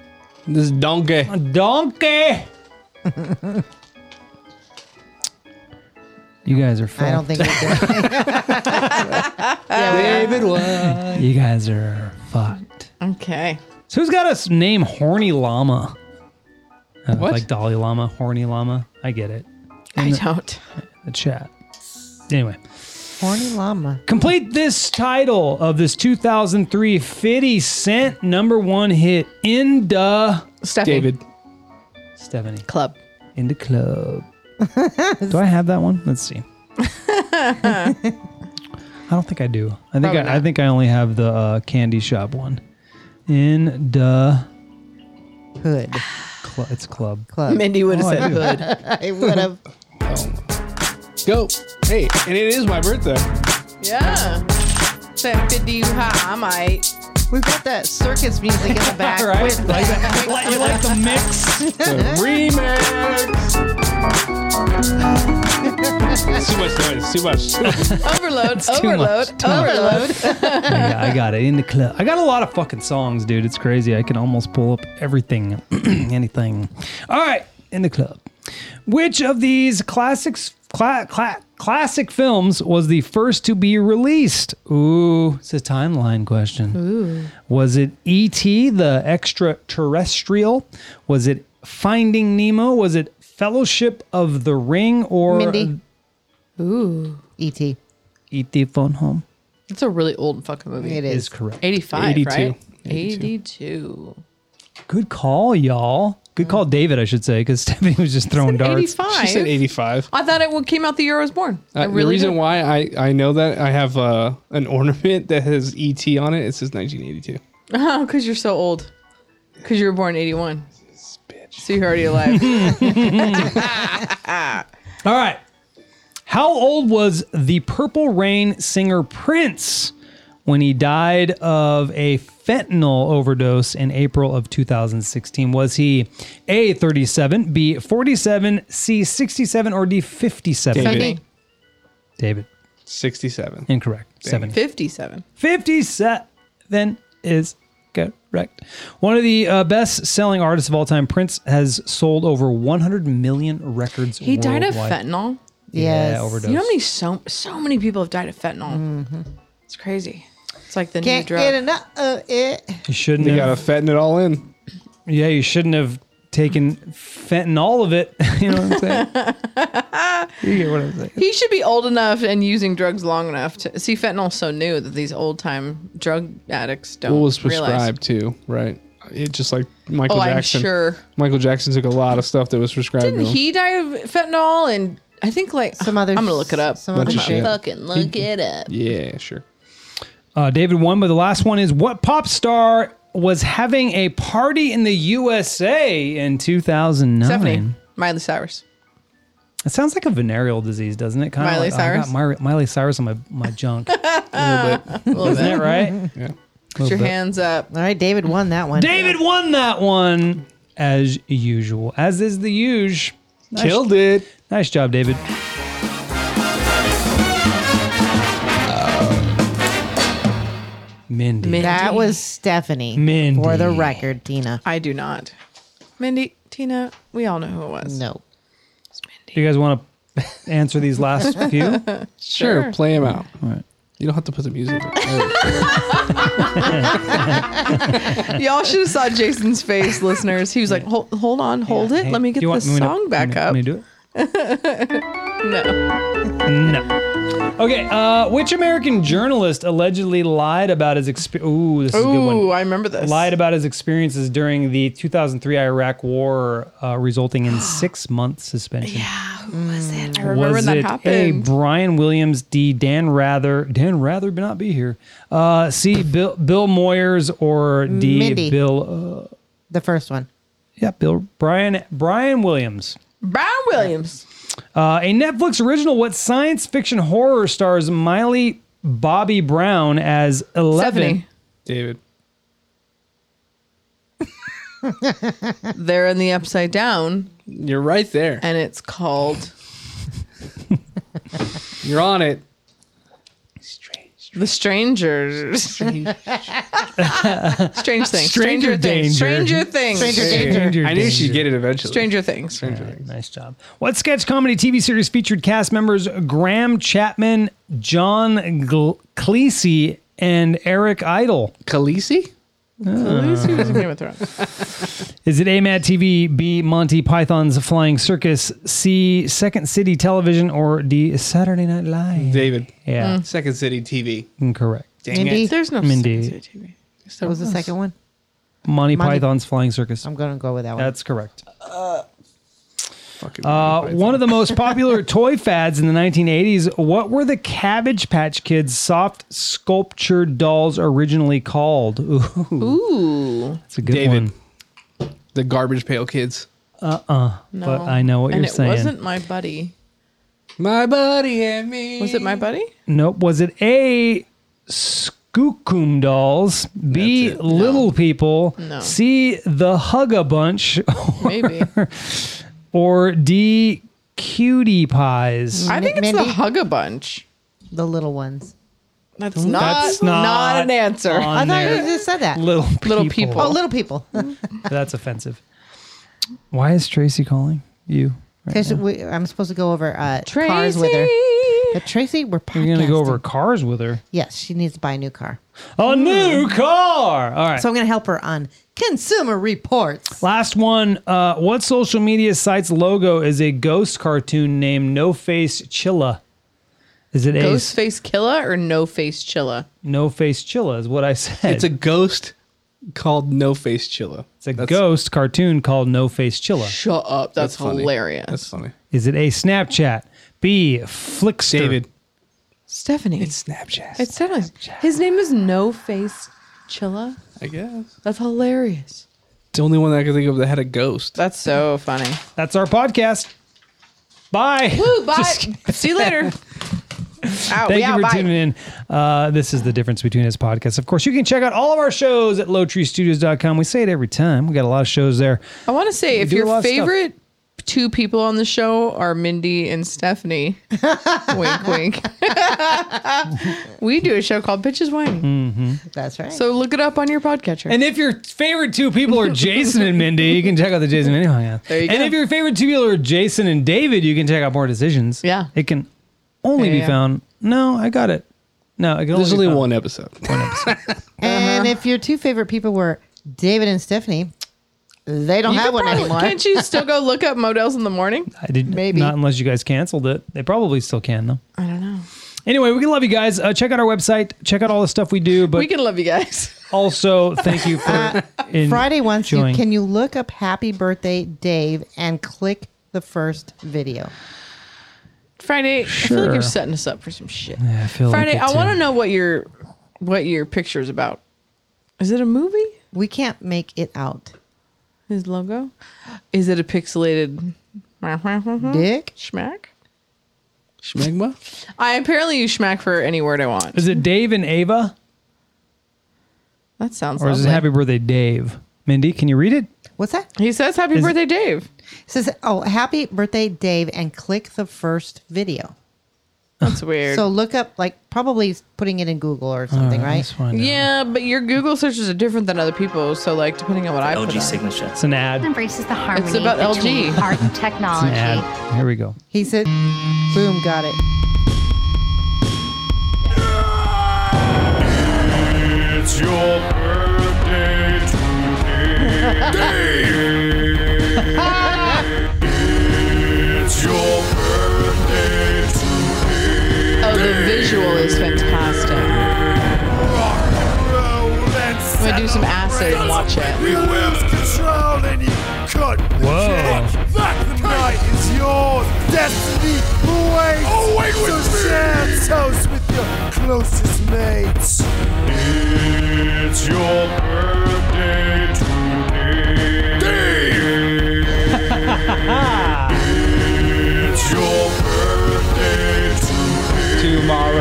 Speaker 2: this is donkey.
Speaker 1: Donkey. you guys are
Speaker 4: I don't
Speaker 1: fucked.
Speaker 4: think we did.
Speaker 3: Oh,
Speaker 2: David was.
Speaker 1: You guys are fucked.
Speaker 3: Okay.
Speaker 1: So who's got a s- name Horny Llama? Uh,
Speaker 2: What?
Speaker 1: Like Dalai Lama, Horny Llama. I get it.
Speaker 3: I don't.
Speaker 1: The chat. Anyway,
Speaker 4: Horny llama.
Speaker 1: complete this title of this 2003 50 Cent number one hit in the
Speaker 3: Stephanie.
Speaker 2: David,
Speaker 1: Stephanie
Speaker 3: Club.
Speaker 1: in the club. do I have that one? Let's see. I don't think I do. I think
Speaker 3: Probably
Speaker 1: I, I
Speaker 3: not.
Speaker 1: think I only have the uh, candy shop one. In the
Speaker 4: Hood.
Speaker 1: cl- it's club.
Speaker 4: Club.
Speaker 3: Mindy would have
Speaker 1: Oh, I
Speaker 3: said
Speaker 1: do.
Speaker 3: hood.
Speaker 4: I would have.
Speaker 2: go. Hey, and it is my birthday.
Speaker 3: yeah. Said 50 you high, I might.
Speaker 4: We've got that circus music in the back.
Speaker 1: All right.
Speaker 4: with-
Speaker 1: Like that. Like- you like the mix?
Speaker 2: Remix. too much noise. Too much.
Speaker 3: Overload,
Speaker 1: too much,
Speaker 3: overload,
Speaker 1: too much.
Speaker 3: overload.
Speaker 1: I got, I got it in the club. I got a lot of fucking songs, dude. It's crazy. I can almost pull up everything, anything. All right, in the club. Which of these classics, cla- cla- classic films, was the first to be released? Ooh, it's a timeline question. Ooh. Was it E.T. the extraterrestrial? Was it Finding Nemo? Was it Fellowship of the Ring or um,
Speaker 4: Mindy. Ooh. E E.T.
Speaker 1: E.T. E Phone Home?
Speaker 3: It's a really old fucking movie.
Speaker 4: It
Speaker 1: Is
Speaker 4: is.
Speaker 1: correct.
Speaker 3: 85,
Speaker 2: 82.
Speaker 3: right? 82.
Speaker 2: 82.
Speaker 1: Good call, y'all. Good call, David, I should say, because Stephanie was just throwing darts.
Speaker 3: 85.
Speaker 2: She said 85.
Speaker 3: I thought it came out the year I was born. I
Speaker 2: Uh, the
Speaker 3: really
Speaker 2: reason
Speaker 3: did.
Speaker 2: why I, I know that I have uh, an ornament that has ET on it. It says 1982.
Speaker 3: Oh, because you're so old. Because you were born in 81. So you're already alive.
Speaker 1: All right. How old was the Purple Rain singer Prince when he died of a fentanyl overdose in April of 2016? Was he A, 37, B, 47, C, 67, or D, 57?
Speaker 2: David.
Speaker 3: Seventy.
Speaker 1: David,
Speaker 2: 67.
Speaker 1: incorrect. 70.
Speaker 3: 57.
Speaker 1: 57 is correct. One of the uh, best selling artists of all time, Prince, has sold over 100 million records.
Speaker 3: He died of
Speaker 1: worldwide.
Speaker 3: fentanyl.
Speaker 4: Yes.
Speaker 1: Yeah, overdose.
Speaker 3: You know how many so so many people have died of fentanyl.
Speaker 2: Mm-hmm.
Speaker 3: It's crazy. It's like the
Speaker 4: Can't
Speaker 3: new drug.
Speaker 4: get enough of it.
Speaker 1: you shouldn't
Speaker 2: They
Speaker 1: have.
Speaker 2: got to fatten it all in.
Speaker 1: yeah, you shouldn't have taken fentanyl all of it. you know what I'm saying? you get what I'm saying.
Speaker 3: He should be old enough and using drugs long enough to see fentanyl's so new that these old time drug addicts don't
Speaker 2: What was
Speaker 3: Oh, realize.
Speaker 2: prescribed too, right? It just like Michael
Speaker 3: Oh, I'm
Speaker 2: Jackson.
Speaker 3: sure.
Speaker 2: Michael Jackson took a lot of stuff that was prescribed.
Speaker 3: Didn't
Speaker 2: to him.
Speaker 3: he die of fentanyl and I think like
Speaker 4: Some other-
Speaker 3: I'm gonna look it up.
Speaker 4: some
Speaker 3: I'm
Speaker 4: other
Speaker 3: gonna
Speaker 2: shit.
Speaker 3: fucking look it up.
Speaker 2: Yeah, sure.
Speaker 1: Uh, David won, but the last one is what pop star was having a party in the USA in 2009?
Speaker 3: Stephanie, Miley Cyrus.
Speaker 1: It sounds like a venereal disease, doesn't it? Kind
Speaker 3: Miley
Speaker 1: like, I got
Speaker 3: Cyrus?
Speaker 1: Myri- Miley Cyrus on my, my junk. Isn't
Speaker 2: A
Speaker 3: Ah.
Speaker 2: little bit.
Speaker 1: that right?
Speaker 2: Yeah.
Speaker 3: Put your
Speaker 1: bit.
Speaker 3: hands up.
Speaker 4: All right, David won that one.
Speaker 1: David won that one as usual, as is the huge. Nice,
Speaker 2: Killed it.
Speaker 1: Nice job, David. Mindy.
Speaker 3: Mindy.
Speaker 4: That was Stephanie.
Speaker 1: Mindy.
Speaker 4: For the record, Tina.
Speaker 3: I do not. Mindy, Tina, we all know who it was.
Speaker 4: No.
Speaker 1: Do you guys want to answer these last few?
Speaker 2: Sure,
Speaker 3: Sure.
Speaker 2: play him out.
Speaker 1: right.
Speaker 2: You don't have to put the music. in.
Speaker 3: Y'all should have saw Jason's face, listeners. He was like, "Hold, hold on, hold it.
Speaker 1: Hey,
Speaker 3: Let me
Speaker 1: do
Speaker 3: get
Speaker 1: you want
Speaker 3: this
Speaker 1: me to-
Speaker 3: song back
Speaker 1: me-
Speaker 3: up."
Speaker 1: me do it?
Speaker 3: no.
Speaker 1: No. Okay. Uh, which American journalist allegedly lied about his experience? Ooh, this is a good one.
Speaker 3: Ooh, I remember this.
Speaker 1: lied about his experiences during the 2003 Iraq War, uh, resulting in six month suspension.
Speaker 3: Yeah, who was it? I remember
Speaker 1: was
Speaker 3: when that
Speaker 1: it
Speaker 3: happened.
Speaker 1: A. Brian Williams, D. Dan Rather, Dan Rather but not be here. Uh, C. Bill Bill Moyers or D.
Speaker 4: Mindy.
Speaker 1: Bill? Uh,
Speaker 4: The first one.
Speaker 1: yeah, Bill Brian Brian Williams.
Speaker 3: Brian Williams.
Speaker 1: Uh, a Netflix original. What science fiction horror stars Miley Bobby Brown as eleven?
Speaker 3: Stephanie.
Speaker 2: David.
Speaker 3: They're in the upside down,
Speaker 2: You're right there.
Speaker 3: and it's called
Speaker 2: You're on it.
Speaker 3: The Strangers. Strange Things. Stranger,
Speaker 1: Stranger
Speaker 3: Things.
Speaker 1: danger.
Speaker 3: Stranger Things. Stranger,
Speaker 1: Danger,
Speaker 2: I knew she'd
Speaker 1: danger.
Speaker 2: get it eventually.
Speaker 3: Things.
Speaker 2: Stranger Things.
Speaker 1: Nice job. What sketch comedy TV series featured cast members Graham Chapman, John Gl- Cleese, and Eric Idle?
Speaker 2: Khaleesi?
Speaker 3: Who was in Game of Thrones?
Speaker 1: Is it A Mad TV, B Monty Python's Flying Circus, C Second City Television, or D Saturday Night Live?
Speaker 2: David.
Speaker 4: Hmm.
Speaker 1: yeah,
Speaker 2: Second City TV.
Speaker 1: incorrect.
Speaker 2: Dang
Speaker 4: Mindy?
Speaker 2: it.
Speaker 3: There's no
Speaker 1: Mindy.
Speaker 3: Second City TV. Yes, there
Speaker 4: What was the second one?
Speaker 1: Monty,
Speaker 4: Monty-
Speaker 1: Python's Flying Circus.
Speaker 4: I'm Uh, going to go with that one.
Speaker 1: That's correct.
Speaker 2: Fucking
Speaker 1: Uh, one of the most popular toy fads in the 1980s. What were the Cabbage Patch Kids soft sculptured dolls originally called? Ooh,
Speaker 3: Ooh.
Speaker 1: that's a good
Speaker 2: David.
Speaker 1: one.
Speaker 2: the garbage pail kids.
Speaker 3: No.
Speaker 1: But I know what
Speaker 3: and
Speaker 1: you're saying.
Speaker 3: it wasn't my buddy.
Speaker 2: My buddy and me.
Speaker 3: Was it my buddy?
Speaker 1: Nope. Was it A. Sc- Skookum Dolls, B,
Speaker 7: That's it.
Speaker 1: Little People,
Speaker 3: No.
Speaker 1: C, The Hug a Bunch,
Speaker 3: Maybe.
Speaker 1: or D, Cutie Pies.
Speaker 3: I think it's
Speaker 4: Mindy?
Speaker 3: the Hug a Bunch.
Speaker 4: The little ones.
Speaker 3: That's not, not,
Speaker 1: not
Speaker 3: an answer.
Speaker 1: on
Speaker 4: I thought
Speaker 1: there.
Speaker 4: you just said that.
Speaker 1: Little people.
Speaker 3: Little people.
Speaker 4: oh, little people.
Speaker 1: That's offensive. Why is Tracy calling you?
Speaker 4: Because I'm supposed to go over uh, cars with her. But Tracy, we're podcasting.
Speaker 1: You're going to go over cars with her.
Speaker 4: Yes, she needs to buy a new car.
Speaker 3: Hmm.
Speaker 1: A new car. All right.
Speaker 4: So I'm going to help her on Consumer Reports.
Speaker 1: Last one. Uh, what social media site's logo is a ghost cartoon named No Face Chilla? Is it
Speaker 3: Ghost
Speaker 1: a
Speaker 3: face killer or no face chilla?
Speaker 1: No Face Chilla? Is what I said.
Speaker 2: It's a ghost called No Face Chilla.
Speaker 1: It's a ghost cartoon called No Face Chilla.
Speaker 3: Shut up. That's,
Speaker 2: funny.
Speaker 3: hilarious.
Speaker 2: That's funny.
Speaker 1: Is it a Snapchat? B Flickster.
Speaker 2: David.
Speaker 3: Stephanie. It's,
Speaker 2: Snapchat.
Speaker 3: Stephanie. His name is No Face Chilla.
Speaker 2: I guess.
Speaker 3: That's hilarious.
Speaker 2: It's the only one that I can think of that had a ghost.
Speaker 3: That's so funny.
Speaker 1: That's our podcast. Bye.
Speaker 3: Woo, bye. See you later. Out.
Speaker 1: Thank
Speaker 3: we out.
Speaker 1: you for
Speaker 3: Bye.
Speaker 1: tuning in. Uh, this is the difference between us podcast. Of course, you can check out all of our shows at lowtreestudios.com. We say it every time. We got a lot of shows there.
Speaker 3: I want to say if
Speaker 1: do a lot
Speaker 3: your
Speaker 1: of stuff.
Speaker 3: favorite two people on the show are Mindy and Stephanie, wink, wink. we do a show called Bitches Whining.
Speaker 4: That's right.
Speaker 1: uh,
Speaker 3: So look it up on your podcatcher.
Speaker 1: Mm. And if your favorite two people are Jason and Mindy, you can check out the Jason and Mindy podcast.
Speaker 3: There you
Speaker 1: and
Speaker 3: go.
Speaker 1: if your favorite two people are Jason and David, you can check out more decisions.
Speaker 3: Yeah.
Speaker 1: It can only
Speaker 3: Yeah,
Speaker 1: be
Speaker 3: yeah.
Speaker 1: found. No, I got it. No, it can
Speaker 2: There's
Speaker 1: only
Speaker 2: only
Speaker 1: be found-
Speaker 2: one episode.
Speaker 4: and if your two favorite people were David and Stephanie, they don't
Speaker 3: You
Speaker 4: have
Speaker 3: could
Speaker 4: one
Speaker 3: probably-
Speaker 4: anymore.
Speaker 3: Can't you still go look up Models in the morning?
Speaker 1: I didn't,
Speaker 4: Maybe.
Speaker 1: Not unless you guys canceled it. They probably still can, though.
Speaker 3: I don't know.
Speaker 1: Anyway, we love you guys. Uh, check out our website. Check out all the stuff we do. But
Speaker 3: we can Uh, love you guys.
Speaker 1: also, thank you for in-
Speaker 4: Friday once you
Speaker 1: enjoying.
Speaker 4: can you look up Happy Birthday Dave and click the first video.
Speaker 3: Friday, I feel like
Speaker 1: Sure.
Speaker 3: you're setting us up for some shit.
Speaker 1: I feel like
Speaker 3: Friday,
Speaker 1: it,
Speaker 3: I
Speaker 1: too.
Speaker 3: want to know what your what your picture is about. Is it a movie?
Speaker 4: We can't make it out.
Speaker 3: His logo? Is it a pixelated
Speaker 1: Hmm?
Speaker 4: Dick.
Speaker 3: schmack?
Speaker 2: Schmegma?
Speaker 3: I apparently use schmack for any word I want.
Speaker 1: Is it Dave and Ava,
Speaker 3: That sounds
Speaker 1: or is it
Speaker 3: lovely.
Speaker 1: Happy Birthday, Dave? Mindy, can you read it?
Speaker 4: What's that?
Speaker 3: He says happy
Speaker 1: Is-
Speaker 3: birthday, Dave.
Speaker 4: It says, "Oh, Happy Birthday Dave" and click the first video.
Speaker 3: That's weird.
Speaker 4: So look up like probably putting it in Google or something,
Speaker 1: All
Speaker 4: right?
Speaker 1: let's find out.
Speaker 3: yeah, but your Google searches are different than other people. So like depending on what I put
Speaker 8: LG
Speaker 3: on.
Speaker 8: signature.
Speaker 1: It's an ad.
Speaker 9: embraces the harmony
Speaker 3: about
Speaker 9: between
Speaker 3: LG.
Speaker 9: art and
Speaker 1: It's an
Speaker 9: technology.
Speaker 1: ad. Here we go.
Speaker 4: He said, "Boom, got it."
Speaker 10: It's your birthday today. it's your birthday today.
Speaker 3: Oh, the visual is fantastic.
Speaker 10: Rock and roll and
Speaker 3: I'm gonna do some acid and watch it.
Speaker 10: We lose control and you cut
Speaker 1: Whoa.
Speaker 10: the That night is yours. Destiny awaits. Oh, wait with so share toast with your closest mates. It's your birthday today. it's your birthday today.
Speaker 2: Tomorrow.
Speaker 3: A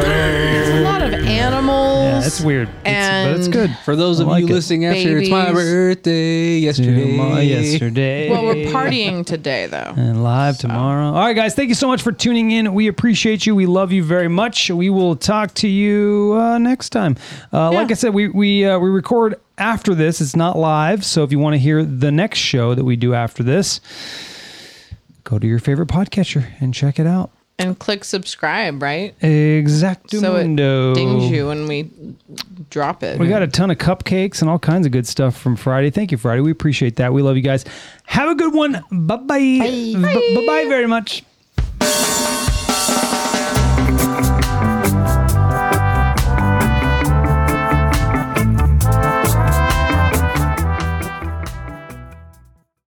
Speaker 3: lot of
Speaker 1: Yeah,
Speaker 3: animals.
Speaker 1: it's weird. It's, but it's
Speaker 3: And-
Speaker 1: good.
Speaker 2: For those of
Speaker 1: I like
Speaker 2: you
Speaker 1: it.
Speaker 2: listening after, it's my
Speaker 3: Babies.
Speaker 2: birthday yesterday.
Speaker 1: Tomorrow- yesterday.
Speaker 3: Well, we're partying today though.
Speaker 1: And live tomorrow. All right, guys. Thank you so much for tuning in. We appreciate you. We love you very much. We will talk to you uh, next time. Uh, Like I said, we we uh, we record after this. It's not live, so if you want to hear the next show that we do after this, go to your favorite podcatcher and check it out.
Speaker 3: And click subscribe, right? So it
Speaker 1: Exactamundo.
Speaker 3: dings you when we drop it.
Speaker 1: We got a ton of cupcakes and all kinds of good stuff from Friday. Thank you, Friday. We appreciate that. We love you guys. Have a good one. Bye-bye. Bye bye. Bye bye very much.